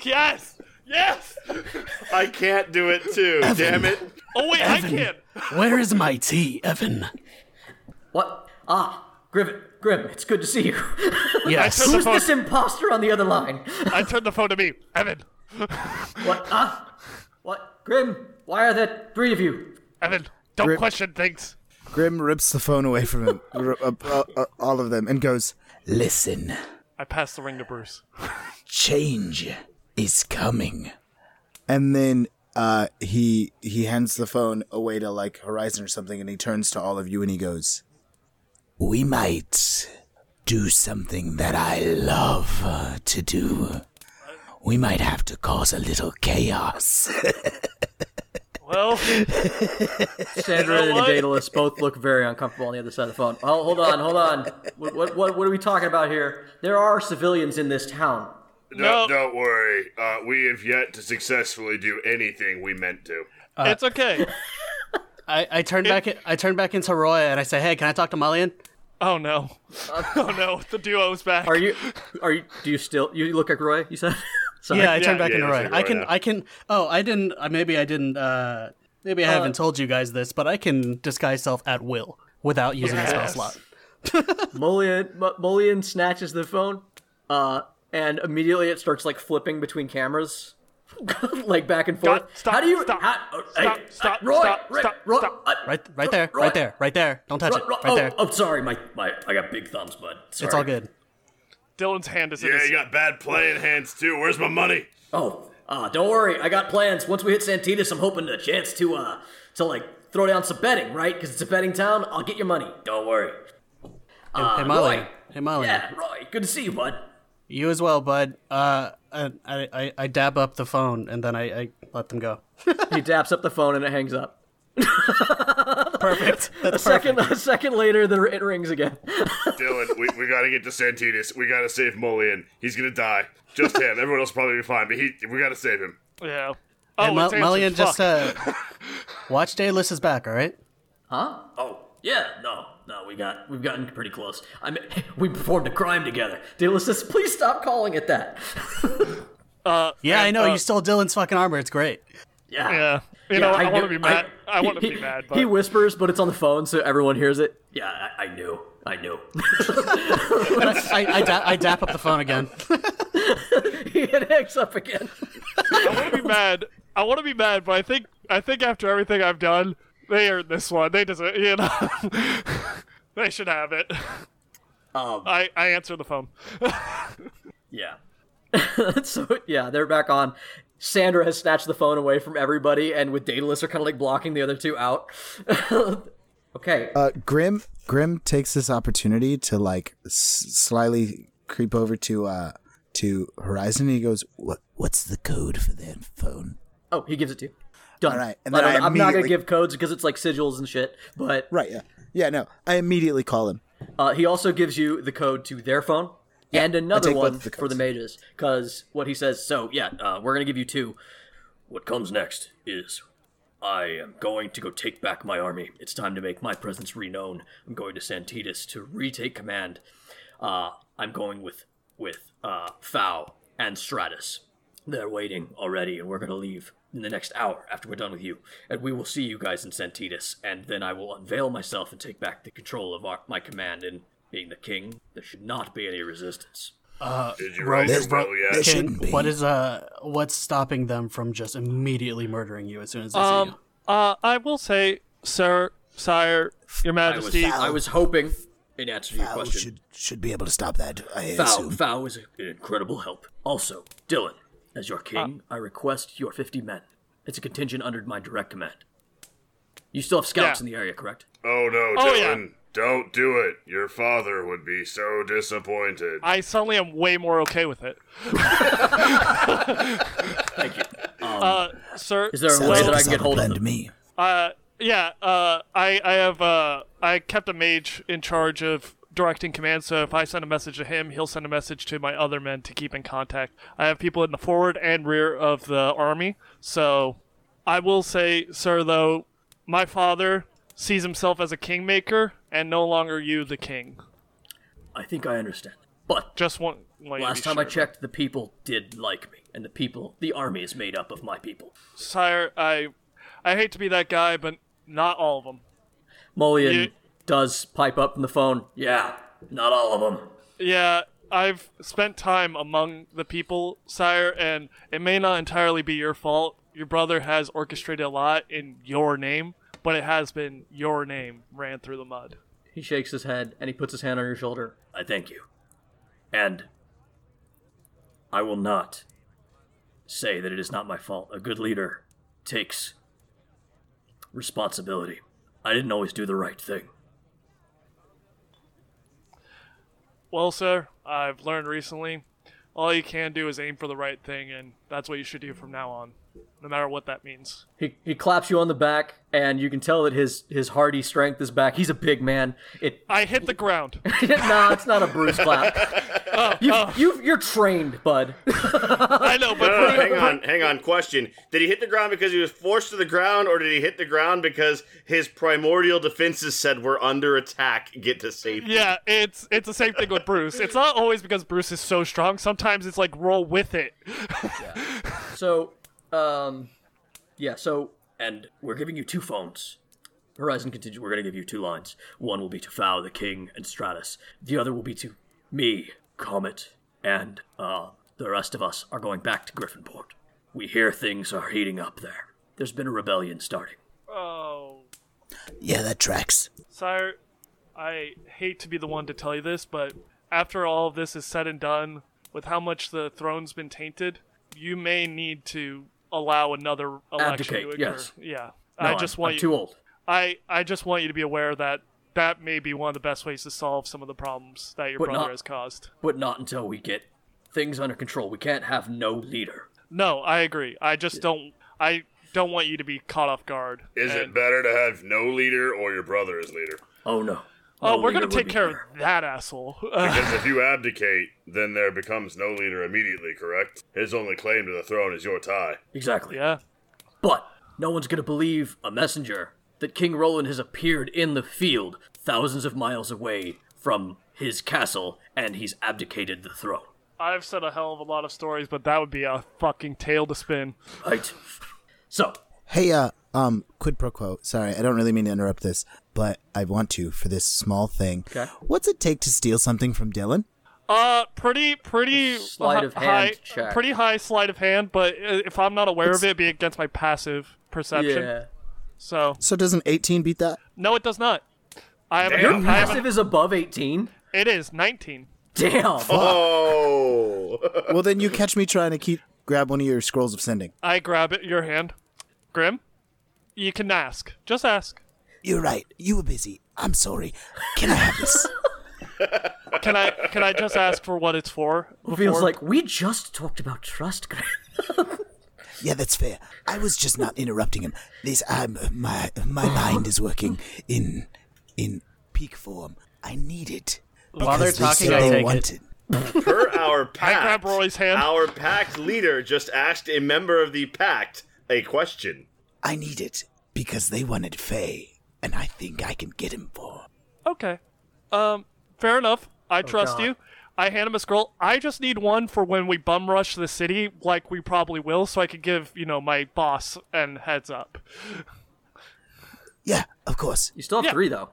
A: Yes. Yes.
F: I can't do it too. Damn it.
A: Oh wait, I can.
D: Where is my tea, Evan?
B: What? Ah, Grivet, Grim. It's good to see you.
D: Yes.
A: took-
B: Who's this imposter on the other line?
A: I turned the phone to me, Evan.
B: What? Ah, what? Grim, why are there three of you?
A: Evan, don't
E: Rip.
A: question things.
E: Grim rips the phone away from him, r- uh, uh, uh, all of them, and goes, Listen,
A: I passed the ring to Bruce.
E: change is coming. And then uh, he he hands the phone away to like Horizon or something, and he turns to all of you and he goes, "We might do something that I love uh, to do. We might have to cause a little chaos."
A: Well,
B: Sandra
A: You know
B: and
A: what?
B: Daedalus both look very uncomfortable on the other side of the phone. Oh, hold on, hold on. What, what, what, what are we talking about here? There are civilians in this town.
A: No.
C: Don't, don't worry. Uh, we have yet to successfully do anything we meant to.
A: it's okay.
D: I, I turn back. in- I turn back into Roy, and I say, "Hey, can I talk to Malian?"
A: Oh no. oh no. The duo's back.
B: Uh. Are you? Are you? Do you still? You look like Roy. You said. Sorry.
D: Yeah, I turn
A: Yeah,
D: back
C: yeah,
D: into
C: you
D: Roy.
C: said
D: I
C: Roy,
D: can.
C: yeah.
D: I can. Oh, I didn't. Uh, maybe I didn't. Uh, maybe I haven't told you guys this, but I can disguise self at will without using a spell
A: Yes.
D: slot.
B: Molian, M- Molian snatches the phone, uh, and immediately it starts like flipping between cameras, like back and forth.
A: God, stop,
B: how do you?
A: stop,
B: how, uh,
A: stop,
B: hey,
A: stop,
B: Roy,
A: stop,
B: Roy,
A: stop,
B: Roy,
A: stop.
B: uh,
D: Right. Right there.
B: Roy.
D: Right there. Right there. Don't touch
B: Roy,
D: it.
B: Roy,
D: Right
B: oh,
D: there.
B: oh, sorry, my, my, I got big thumbs, bud. Sorry.
D: It's all good.
A: Dylan's hand is in
C: Yeah,
A: his.
C: you got bad playing hands too. Where's my money?
B: Oh, uh, don't worry, I got plans. Once we hit Santitas, I'm hoping a chance to, uh, to like throw down some betting, right? Because it's a betting town. I'll get your money. Don't worry. Uh,
D: hey, Malian.
B: Roy.
D: Hey, Malian.
B: Oh, Yeah, Roy. Good to see you, bud.
D: You as well, bud. Uh, I, I, I- I dab up the phone and then I, I let them go.
B: He daps up the phone and it hangs up.
D: Perfect. That's
B: A second, a second later, the, it rings again.
C: Dylan, we, we gotta get to Santitas. We gotta save Molian. He's gonna die. Just him. Everyone else will probably be fine, but he we gotta save him.
A: Yeah. Oh,
D: Hey,
A: it's
D: Mal-
A: answered.
D: Malian, just
A: Fuck.
D: uh, watch Daedalus is back. All right.
B: Huh? Oh, yeah. No, no, we got we've gotten pretty close. I mean, we performed a crime together. Dealer says, please stop calling it that.
D: Yeah, I
A: And,
D: know.
A: uh,
D: you stole Dylan's fucking armor. It's great.
B: yeah.
A: Yeah. You know, I,
B: knew-
A: want to be mad. I,
B: he-
A: want to
B: he-
A: be mad,
B: He
A: but
B: whispers, but it's on the phone, so everyone hears it. Yeah, I, I knew. I knew.
D: I, I, da- I dap up the phone again.
B: it hangs up again.
A: I want to be mad. I want to be mad, but I think I think after everything I've done, They earned this one. They deserve. You know, they should have it.
B: Um,
A: I I answer the phone.
B: yeah. so yeah, they're back on. Sandra has snatched the phone away from everybody, and with Daedalus are kind of like blocking the other two out. okay,
E: Uh, Grim Grim takes this opportunity to like s- slyly creep over to uh to Horizon. And he goes, "What? What's the code for that phone?"
B: Oh, he gives it to you. Done.
E: All right, and
B: I
E: then
B: don't,
E: I
B: am not gonna
E: immediately-
B: give codes because it's like sigils and shit. But
E: Right. Yeah. Yeah. No. I immediately call him.
B: uh, he also gives you the code to their phone and another
E: take both
B: one
E: of the
B: for the mages because what he says. So yeah, uh, we're gonna give you two. What comes next is. I am going to go take back my army. It's time to make my presence renowned. I'm going to send Titus to retake command. Uh, I'm going with with uh, Fow and Stratus. They're waiting already, and we're going to leave in the next hour after we're done with you. And we will see you guys in Santitus, and then I will unveil myself and take back the control of our, my command. And being the king, there should not be any resistance.
C: Did you write your will yet?
E: There
D: Kin,
E: shouldn't be.
D: what is uh what's stopping them from just immediately murdering you as soon as they see
A: Um,
D: you?
A: uh, I will say, sir, sire, your
B: I was,
A: majesty.
B: I was hoping, in answer to your
E: Al
B: question,
E: should should be able to stop that. I
B: Fow,
E: assume.
B: Fow is an incredible help. Also, Dylan, as your king, I request your 50 men. It's a contingent under my direct command. You still have scouts
A: Yeah.
B: in the area, correct?
C: Oh no,
A: Oh, yeah.
C: Dylan! Don't do it. Your father would be so disappointed.
A: I suddenly am way more okay with it.
B: Thank you.
A: Uh, sir,
B: Is there a
E: Sounds
B: way
E: like
B: that
E: a
B: I can get
E: solid
B: hold of
E: plan
B: them?
E: to me.
A: Uh, yeah. Uh, I I have uh I kept a mage in charge of directing command, so if I send a message to him, he'll send a message to my other men to keep in contact. I have people in the forward and rear of the army, so I will say, sir, though my father sees himself as a kingmaker and no longer you, the king.
B: I think I understand. But
A: Just one. Like,
B: last time I checked, the people did like me, and the people, the army is made up of my people.
A: sire, I I hate to be that guy, but not all of them.
B: Mullion
A: You-
B: does pipe up in the phone. Yeah, not all of them.
A: Yeah, I've spent time among the people, sire, and it may not entirely be your fault. Your brother has orchestrated a lot in your name, but it has been your name ran through the mud.
B: He shakes his head and he puts his hand on your shoulder. I thank you. And I will not say that it is not my fault. A good leader takes responsibility. I didn't always do the right thing.
A: Well, sir, I've learned recently all you can do is aim for the right thing, and that's what you should do from now on, no matter what that means.
B: He, he claps you on the back, and you can tell that his, his hardy strength is back. He's a big man. It
A: I hit the ground.
B: no, it's not a Bruce clap. you, you you're trained, bud.
A: I know, but
F: Oh, No, no, Uh, hang
A: pretty-
F: on, hang on. Question: Did he hit the ground because he was forced to the ground, or did he hit the ground because his primordial defenses said we're under attack? Get to safety.
A: Yeah, it's it's the same thing with Bruce. It's not always because Bruce is so strong. Sometimes it's like roll with it.
B: So, um, yeah. So, and we're giving you two phones. Horizon contingent. We're gonna give you two lines. One will be to Fow, the King, and Stratus. The other will be to me, Comet, and uh, the rest of us are going back to Griffinport. We hear things are heating up there. There's been a rebellion starting.
A: Oh.
E: Yeah, that tracks.
A: Sire, I hate to be the one to tell you this, but after all of this is said and done, with how much the throne's been tainted, you may need to allow another election
B: Abdicate,
A: to occur.
B: yes.
A: Yeah.
B: No,
A: I
B: I'm-
A: just want
B: I'm
A: you
B: too old.
A: I, I just want you to be aware that that may be one of the best ways to solve some of the problems that your
B: But
A: brother
B: not-
A: has caused.
B: But not until we get things under control. We can't have no leader.
A: No, I agree. I just don't I don't want you to be caught off guard.
C: Is it
A: and-
C: better to have no leader or your brother as leader?
B: Oh no.
A: Oh,
B: No
A: we're
B: leader
A: gonna
B: would
A: take
B: be
A: care
B: better.
A: of that asshole.
C: Because if you abdicate, then there becomes no leader immediately, correct? His only claim to the throne is your tie.
B: Exactly.
A: yeah.
B: But no one's going to believe a messenger that King Roland has appeared in the field thousands of miles away from his castle and he's abdicated the throne.
A: I've said a hell of a lot of stories, but that would be a fucking tale to spin.
B: Right? So,
E: Hey, uh, um, quid pro quo. Sorry, I don't really mean to interrupt this, but I want to for this small thing.
B: Okay.
E: What's it take to steal something from Dylan?
A: Uh, pretty, pretty
B: Sleight of
A: hi-
B: hand
A: high,
B: check.
A: pretty high sleight of hand. But uh, if I'm not aware of it, it'd be against my passive perception. So
E: So doesn't 18 beat that?
A: no, it does not. I have, a,
C: Damn.
A: I have
B: Passive is above 18.
A: a, it is 19.
B: Damn.
F: Oh.
E: Well, then you catch me trying to keep grab one of your scrolls of sending.
A: I grab it, your hand, Grim. You can ask. Just ask.
E: You're right. You were busy. I'm sorry. Can I have this?
A: Can I can I just ask for what it's for?
B: Feels
A: before-
B: like we just talked about trust. Graham.
E: yeah, that's fair. I was just not interrupting him. This, I'm my my mind is working in in peak form. I need it.
D: While they're
E: because
D: talking,
E: they said
D: I
E: they
D: take it.
E: want it.
F: Per our pact,
A: grab Roy's hand.
F: our pact leader just asked a member of the pact a question.
E: I need it because they wanted Faye, and I think I can get him for.
A: Okay. Um, fair enough.
B: Oh,
A: I trust you. I hand him a scroll. I just need one for when we bum rush the city, like we probably will, so I could give, you know, my boss and heads up.
E: Yeah, of course.
B: You still have
A: Yeah.
B: three though.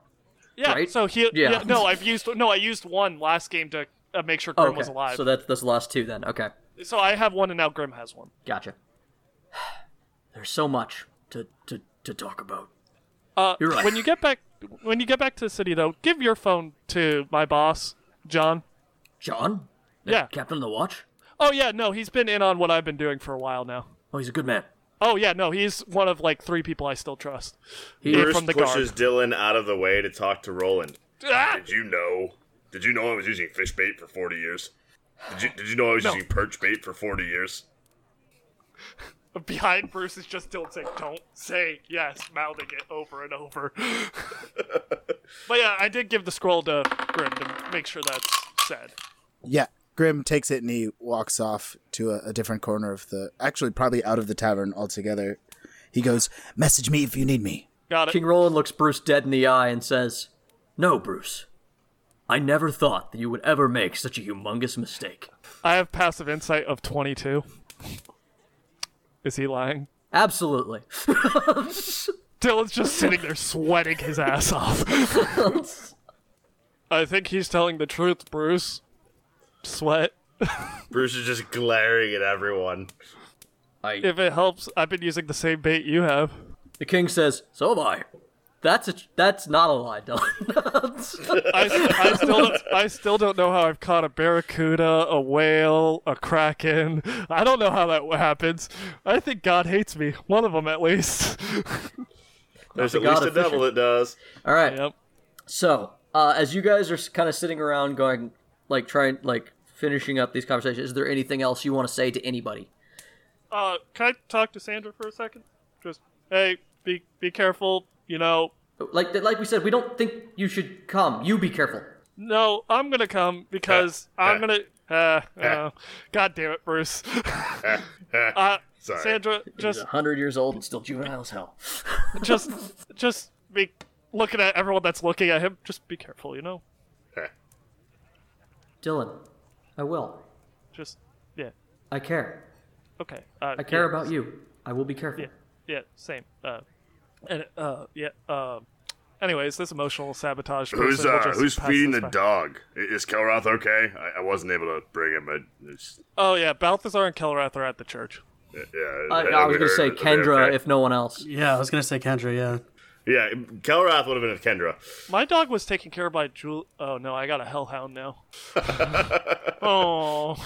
A: Yeah.
B: Right?
A: So he.
B: Yeah.
A: Yeah. No, I've used no, I used one last game to uh, make sure
B: Oh,
A: Grim
B: okay.
A: was alive.
B: So
A: So,
B: that's that's the last two then. Okay,
A: I have one, and now Grim has one.
B: gotcha. There's so much to to, to talk about.
A: Uh,
B: You're right.
A: When you get back, when you get back to the city, though, give your phone to my boss, John.
B: John,
A: Yeah.
B: Captain of the Watch.
A: Oh yeah. No, he's been in on what I've been doing for a while now.
B: Oh, he's a good man.
A: Oh yeah. No, he's one of like three people I still trust.
B: He
A: You're
F: Bruce
A: from the
F: pushes Dylan out of the way to talk to Roland.
A: Ah!
C: Did you know? Did you know I was using fish bait for 40 years? Did you, did you know I was
A: No.
C: using perch bait for 40 years?
A: behind Bruce is just still saying, "Don't say yes," mouthing it over and over. but yeah, I did give the scroll to Grim to make sure that's said.
E: Yeah, Grim takes it and he walks off to a, a different corner of the. Actually, probably out of the tavern altogether. He goes, "Message me if you need me."
A: Got it.
B: King Roland looks Bruce dead in the eye and says, "No, Bruce, I never thought that you would ever make such a humongous mistake."
A: I have passive insight of twenty-two. Is he lying?
B: Absolutely.
A: Dylan's just sitting there sweating his ass off. I think he's telling the truth, Bruce. Sweat.
F: Bruce is just glaring at everyone.
B: I,
A: If it helps, I've been using the same bait you have.
B: the king says, "So am I." That's a, that's not a lie, Dylan.
A: I, I still don't, I still don't know how I've caught a barracuda, a whale, a kraken. I don't know how that happens. I think God hates me. One of them, at least.
F: There's at
B: God
F: least a
B: of
F: devil
B: fishing.
F: that does.
B: All right.
A: yep.
B: So, uh, as you guys are kind of sitting around going, like, trying, like, finishing up these conversations, is there anything else you want to say to anybody?
A: Uh, can I talk to Sandra for a second? Just hey, be be careful. You know,
B: Like, like we said, we don't think you should come. You be careful.
A: no, I'm gonna come because
C: Eh,
A: I'm gonna. Uh, uh, God damn it, Bruce. uh,
C: eh, Sorry.
A: Sandra,
B: He's
A: just
B: 100 years old and still juvenile as hell.
A: just just be looking at everyone that's looking at him. Just be careful. You know,
B: Dylan, I will.
A: just yeah.
B: I care.
A: Okay. Uh,
B: I care about you. I will be careful.
A: Yeah, yeah, same. Uh, and uh, yeah. Um. anyways, this emotional sabotage.
C: Who's
A: person will
C: uh,
A: just
C: who's
A: pass
C: feeding
A: this
C: the
A: by.
C: dog? I- Is Kelroth okay? I, I wasn't able to bring him, but it's,
A: Oh yeah, Balthazar and Kelrath are at the church.
C: yeah.
B: I, Uh, I was going to
C: we heard
B: say
C: it. Are they
B: Kendra,
C: okay?
B: if no one else.
D: Yeah, I was gonna say Kendra. Yeah,
F: Yeah, Kelrath would have been a Kendra.
A: My dog was taken care of by Jul. Oh no, I got a hellhound now. oh,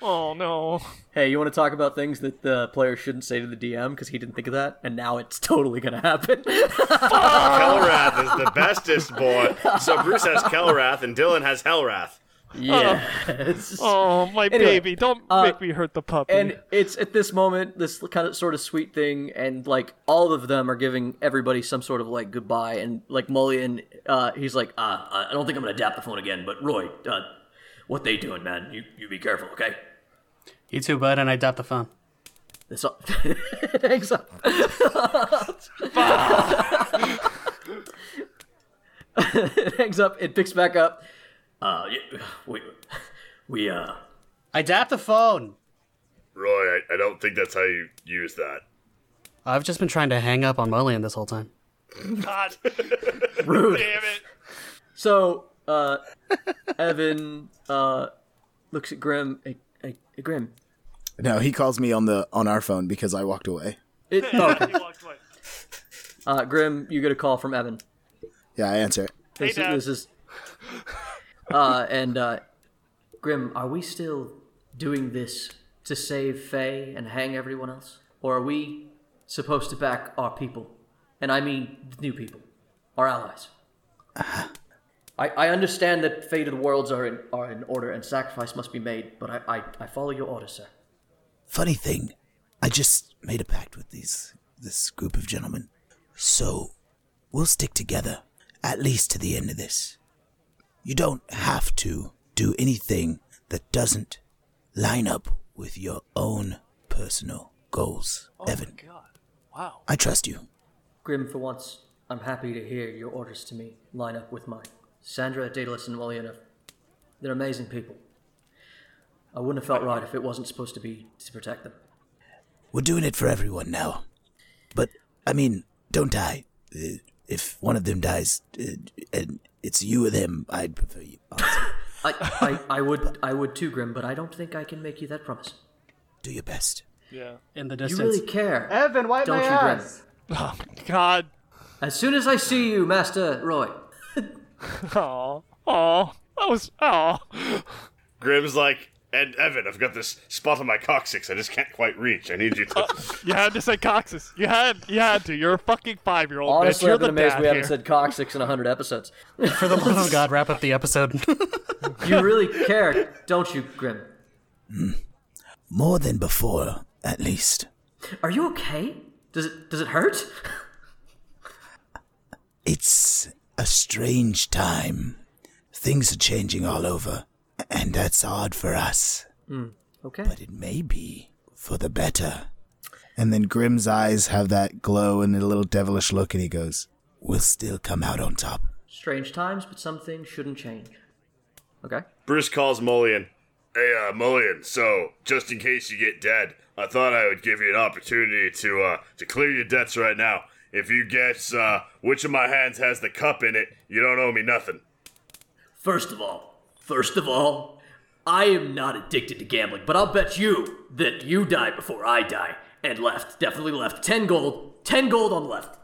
A: oh no.
B: Hey, you want to talk about things that the player shouldn't say to the DM because he didn't think of that? And now it's totally going to happen.
F: Kelrath is the bestest boy. So Bruce has Kelrath and Dylan has Hellrath.
B: yes.
A: Oh my
B: Anyway, uh,
A: baby, don't make me hurt the puppy.
B: And it's at this moment, this kind of sort of sweet thing, and like all of them are giving everybody some sort of like goodbye, and like Mullion, uh, he's like, uh, I don't think I'm gonna dap the phone again, but Roy, uh, what they doing, man? You you be careful, okay?
D: you too, bud. And I dropped the phone.
B: This all- hangs up. it hangs up. It picks back up. Uh, yeah, we we uh.
D: I dapped the phone.
C: Roy, I, I don't think that's how you use that.
D: I've just been trying to hang up on Mullion this whole time.
A: God,
B: Rude.
A: damn it.
B: So, uh, Evan uh, looks at Grim. Hey, hey, hey, Grim.
E: No, he calls me on the on our phone because I walked away.
B: It,
A: He walked away.
B: Uh, Grim, you get a call from Evan.
E: Yeah, I answer it.
B: This,
A: Dad.
B: this is. Uh, and uh, Grim, are we still doing this to save Faye and hang everyone else, or are we supposed to back our people? And I mean the new people, our allies. I, I understand that fate of the worlds are in are in order and sacrifice must be made, but I, I, I follow your orders, sir.
H: Funny thing, I just made a pact with these this group of gentlemen. So we'll stick together, at least to the end of this. You don't have to do anything that doesn't line up with your own personal goals,
A: Oh
H: Evan.
A: Wow.
H: I trust you.
B: Grim, for once, I'm happy to hear your orders to me line up with mine. Sandra, Daedalus, and Waliana, they're amazing people. I wouldn't have felt right if it wasn't supposed to be to protect them.
H: We're doing it for everyone now. But, I mean, don't die. Uh, If one of them dies, uh, and it's you or them, I'd prefer you. honestly.
B: I, I, I would I would too, Grim, but I don't think I can make you that promise.
H: Do your best.
A: Yeah.
D: in the
B: You
D: distance.
B: really care.
I: Evan, wipe
B: don't
I: my
B: you,
I: ass.
B: Grim?
A: Oh, God.
B: As soon as I see you, Master Roy.
A: Aw. Aw. That was. Aw.
F: Grim's like, and Evan, I've got this spot on my coccyx I just can't quite reach. I need you to.
A: You had to say Cox's. You had. You had to. You're a fucking five year old. bitch. You're the dad here.
B: coccyx in 100 episodes.
D: For the love of Oh, God, wrap up the episode.
B: You really care, don't you, Grim?
H: More than before, at least.
B: Are you okay? Does it does it hurt?
H: It's a strange time. Things are changing all over, and that's odd for us,
B: Okay.
H: but it may be for the better.
E: And then Grim's eyes have that glow and a little devilish look, and he goes,
H: We'll still come out on top.
B: Strange times, but some things shouldn't change. Okay.
F: Bruce calls Mullion.
C: Hey, uh, Mullion, so, just in case you get dead, I thought I would give you an opportunity to, uh, to clear your debts right now. If you guess, uh, which of my hands has the cup in it, you don't owe me nothing.
B: First of all, first of all, I am not addicted to gambling, but I'll bet you that you die before I die. And left, definitely left. Ten gold, ten gold on left.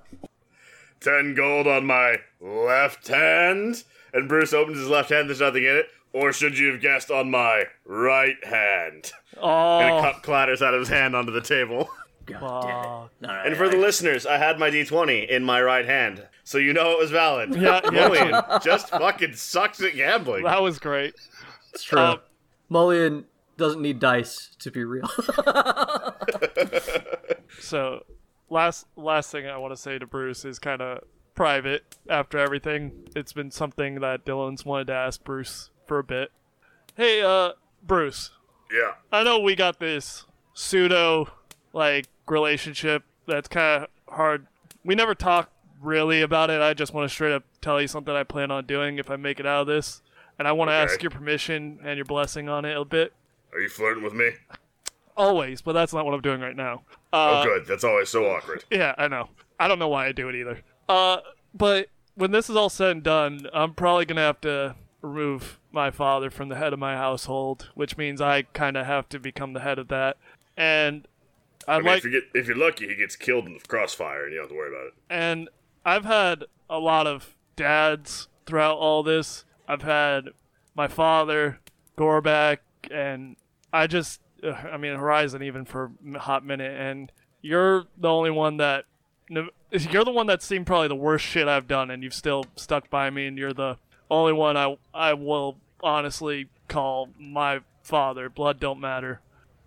C: Ten gold on my left hand, and Bruce opens his left hand, there's nothing in it. Or should you have guessed on my right hand? And a
A: Oh.
C: cup clatters out of his hand onto the table.
B: God damn it. All right,
F: And for the listeners, I had my D20 in my right hand, so you know it was valid.
A: Yeah, yeah.
F: Mullion just fucking sucks at gambling.
A: That was great.
B: it's true.
F: uh,
A: Um,
B: Mullion doesn't need dice to be real.
A: So, last last thing I want to say to Bruce is kind of private. After everything, it's been something that Dylan's wanted to ask Bruce for a bit. Hey, uh, Bruce,
C: Yeah.
A: I know we got this pseudo like relationship that's kind of hard. We never talk really about it. I just want to straight up tell you something I plan on doing if I make it out of this, and I want to ask your permission and your blessing on it a bit.
C: Are you flirting with me?
A: Always, but that's not what I'm doing right now.
F: uh,
C: oh, good. That's always so awkward.
A: Yeah, I know. I don't know why I do it either. Uh, but when this is all said and done, I'm probably gonna have to remove my father from the head of my household, which means I kind of have to become the head of that. And I
C: I
A: would
C: mean,
A: like,
C: if, you get, if you're lucky, he gets killed in the crossfire, and you don't have to worry about it.
A: and I've had a lot of dads throughout all this. I've had my father, Gorback, and I just, ugh, I mean, Horizon even for a hot minute. And you're the only one that, you're the one that's seen probably the worst shit I've done, and you've still stuck by me. And you're the only one I, I will honestly call my father. Blood don't matter.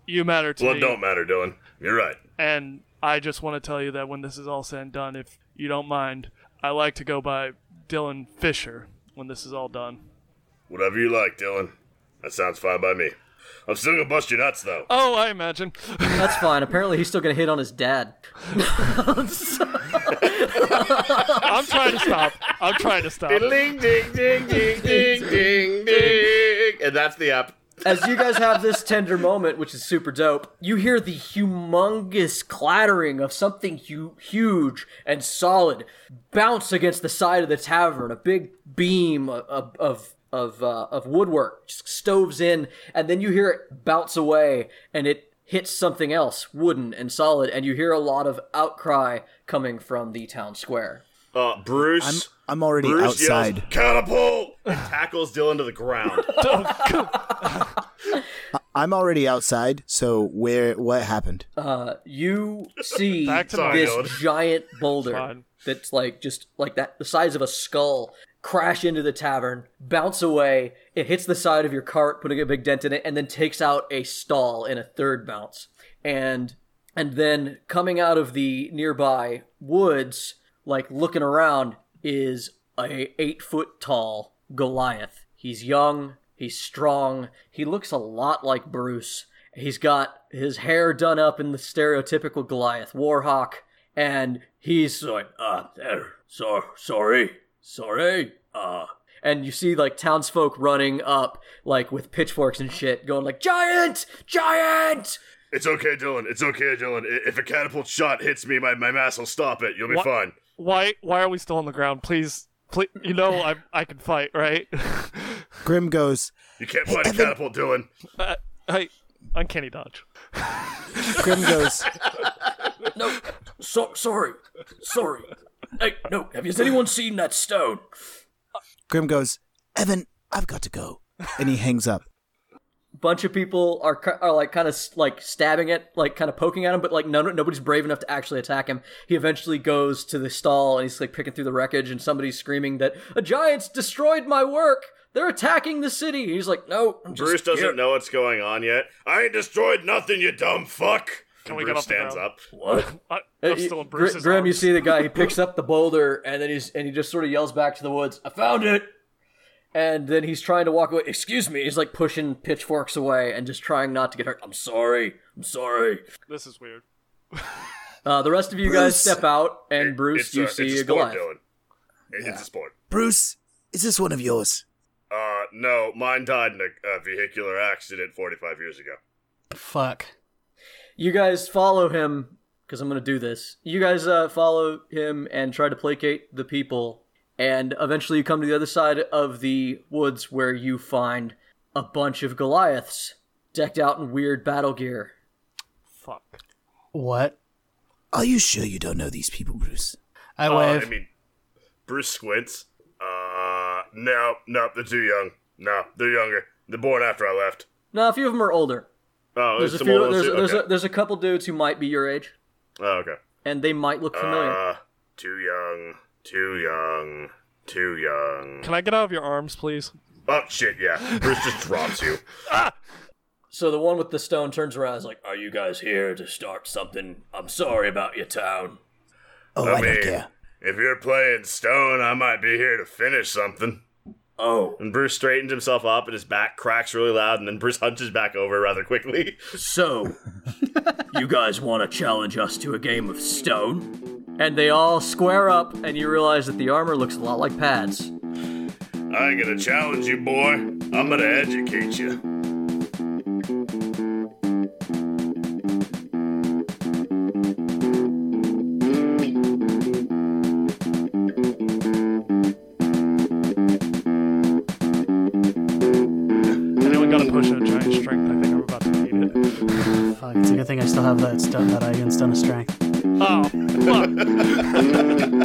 A: You matter to
C: Blood
A: me
C: don't matter, Dylan. You're right.
A: and I just want to tell you that when this is all said and done, if you don't mind, I like to go by Dylan Fisher when this is all done.
C: Whatever you like, Dylan. That sounds fine by me. I'm still gonna bust your nuts, though.
A: Oh, I imagine.
B: That's fine. Apparently, he's still gonna hit on his dad.
A: I'm trying to stop. I'm trying to stop.
F: Ding, ding, ding, ding, ding, ding, ding. And that's the app.
B: As you guys have this tender moment, which is super dope, you hear the humongous clattering of something hu- huge and solid bounce against the side of the tavern. A big beam of of of, uh, of woodwork just stoves in, and then you hear it bounce away, and it hits something else, wooden and solid, and you hear a lot of outcry coming from the town square.
F: Uh,
E: I'm
F: Bruce.
E: I'm already
F: Bruce
E: outside.
F: yells, catapult, and tackles Dylan to the ground.
E: I'm already outside. So where? What happened?
B: Uh, you see
A: Back to my
B: this
F: yard.
B: giant boulder
A: Fine.
B: that's like just like that, the size of a skull, crash into the tavern, bounce away. It hits the side of your cart, putting a big dent in it, and then takes out a stall in a third bounce. And and then coming out of the nearby woods, like looking around, is a eight foot tall Goliath. He's young. He's strong. He looks a lot like Bruce. He's got his hair done up in the stereotypical Goliath warhawk, and he's like, uh, there, so, sorry, sorry, uh. And you see like townsfolk running up, like with pitchforks and shit, going like, giant, giant.
C: It's okay, Dylan. It's okay, Dylan. I- If a catapult shot hits me, my, my mass will stop it. You'll be
A: What?
C: fine.
A: Why? Why are we still on the ground? Please, please. You know I I can fight, right?
E: Grim goes.
C: You can't fight a
E: Evan-
C: catapult, Dylan.
A: uh, I uncanny dodge.
E: Grim goes.
B: No, so, sorry, sorry. Hey, no, have has anyone seen that stone?
E: Grim goes. Evan, I've got to go. And he hangs up.
B: bunch of people are ki- are like kind of like stabbing at like kind of poking at him but like none, nobody's brave enough to actually attack him he eventually goes to the stall and he's like picking through the wreckage and somebody's screaming that a giant's destroyed my work they're attacking the city he's like no I'm just
F: Bruce doesn't
B: here."
F: know what's going on yet. I ain't destroyed nothing, you dumb fuck.
A: Can
F: And
A: we
F: Bruce
A: get off the
F: stands
A: ground?
F: up.
B: what
A: I,
B: Uh,
A: I'm
B: you-
A: still in
B: Gr-
A: Bruce's
B: Graham, you
A: arms.
B: see the guy. He picks up the boulder and then he's and he just sort of yells back to the woods. I found it. And then he's trying to walk away. Excuse me. He's like pushing pitchforks away and just trying not to get hurt. I'm sorry. I'm sorry.
A: This is weird.
B: Uh, the rest of you guys
E: Bruce.
B: step out, and
C: It-
B: Bruce,
C: it's
B: you
C: a,
B: see
C: it's a
B: a
C: sport,
B: Goliath.
C: Dylan. It- It's a sport.
E: Bruce, is this one of yours?
C: Uh, no, mine died in a, a vehicular accident 45 years ago.
D: Fuck.
B: You guys follow him because I'm going to do this. You guys uh, follow him and try to placate the people, and eventually you come to the other side of the woods where you find a bunch of Goliaths decked out in weird battle gear.
A: Fuck.
D: What?
H: Are you sure you don't know these people, Bruce?
D: I
C: Uh,
D: wave.
C: I mean, Bruce squints. Uh, no, no, they're too young. No, they're younger. They're born after I left.
B: Now, a few of them are older.
C: Oh,
B: There's
C: it's
B: a
C: some
B: few.
C: old-
B: There's,
C: okay.
B: there's, a, there's a couple dudes who might be your age,
C: Oh, okay.
B: and they might look familiar.
C: Uh, too young. Too young. Too young.
A: Can I get out of your arms, please?
C: Oh shit! Yeah, Bruce just drops you.
B: So the one with the stone turns around and is like, Are you guys here to start something? I'm sorry about your town.
H: Oh,
C: I
H: I, don't
C: mean-
H: care.
C: If you're playing Stone, I might be here to finish something.
B: Oh,
F: And Bruce straightens himself up, and his back cracks really loud, and then Bruce hunches back over rather quickly.
B: so you guys want to challenge us to a game of stone? And they all square up, and you realize that the armor looks a lot like pads.
C: I ain't gonna challenge you, boy. I'm gonna educate you.
A: Anyone got to push a giant strength? I think I'm about to need it.
D: Fuck, it's a good thing I still have that stuff that I can stun a strength.
A: Oh, fuck.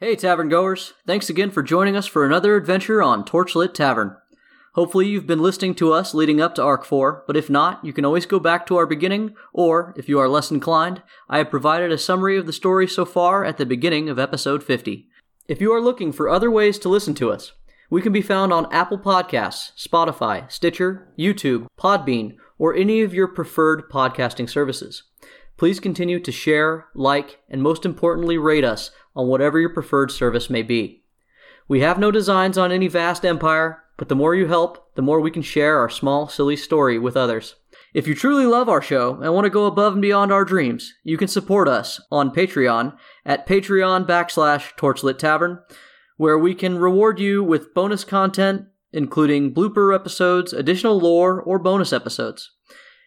B: Hey, tavern goers! Thanks again for joining us for another adventure on Torchlit Tavern. Hopefully, you've been listening to us leading up to Arc 4, but if not, you can always go back to our beginning, or, if you are less inclined, I have provided a summary of the story so far at the beginning of episode 50. If you are looking for other ways to listen to us, we can be found on Apple Podcasts, Spotify, Stitcher, YouTube, Podbean, or any of your preferred podcasting services. Please continue to share, like, and most importantly, rate us on whatever your preferred service may be. We have no designs on any vast empire, but the more you help, the more we can share our small, silly story with others. If you truly love our show and want to go above and beyond our dreams, you can support us on Patreon at patreon backslash torchlit tavern, where we can reward you with bonus content, including blooper episodes, additional lore, or bonus episodes.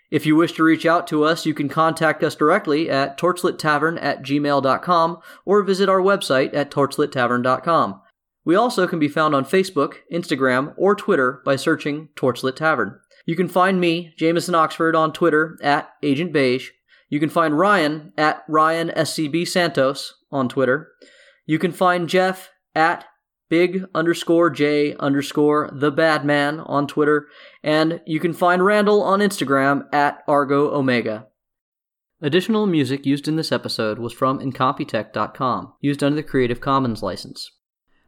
B: If you wish to reach out to us, you can contact us directly at torchlittavern at gmail.com or visit our website at torchlittavern.com. We also can be found on Facebook, Instagram, or Twitter by searching Torchlit Tavern. You can find me, Jameson Oxford, on Twitter at Agent Beige. You can find Ryan at Ryan SCB Santos on Twitter. You can find Jeff at big underscore J underscore the bad man on Twitter, and you can find Randall on Instagram at Argo Omega. Additional music used in this episode was from Incompetech.com, used under the Creative Commons license.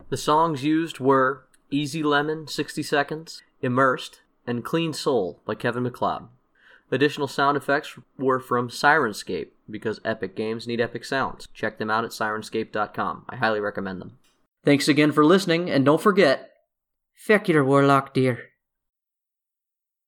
B: The songs used were Easy Lemon 60 Seconds, Immersed, and Clean Soul by Kevin McLeod. Additional sound effects were from Sirenscape because epic games need epic sounds. Check them out at sirenscape.com. I highly recommend them. Thanks again for listening, and don't forget, feck your warlock, dear.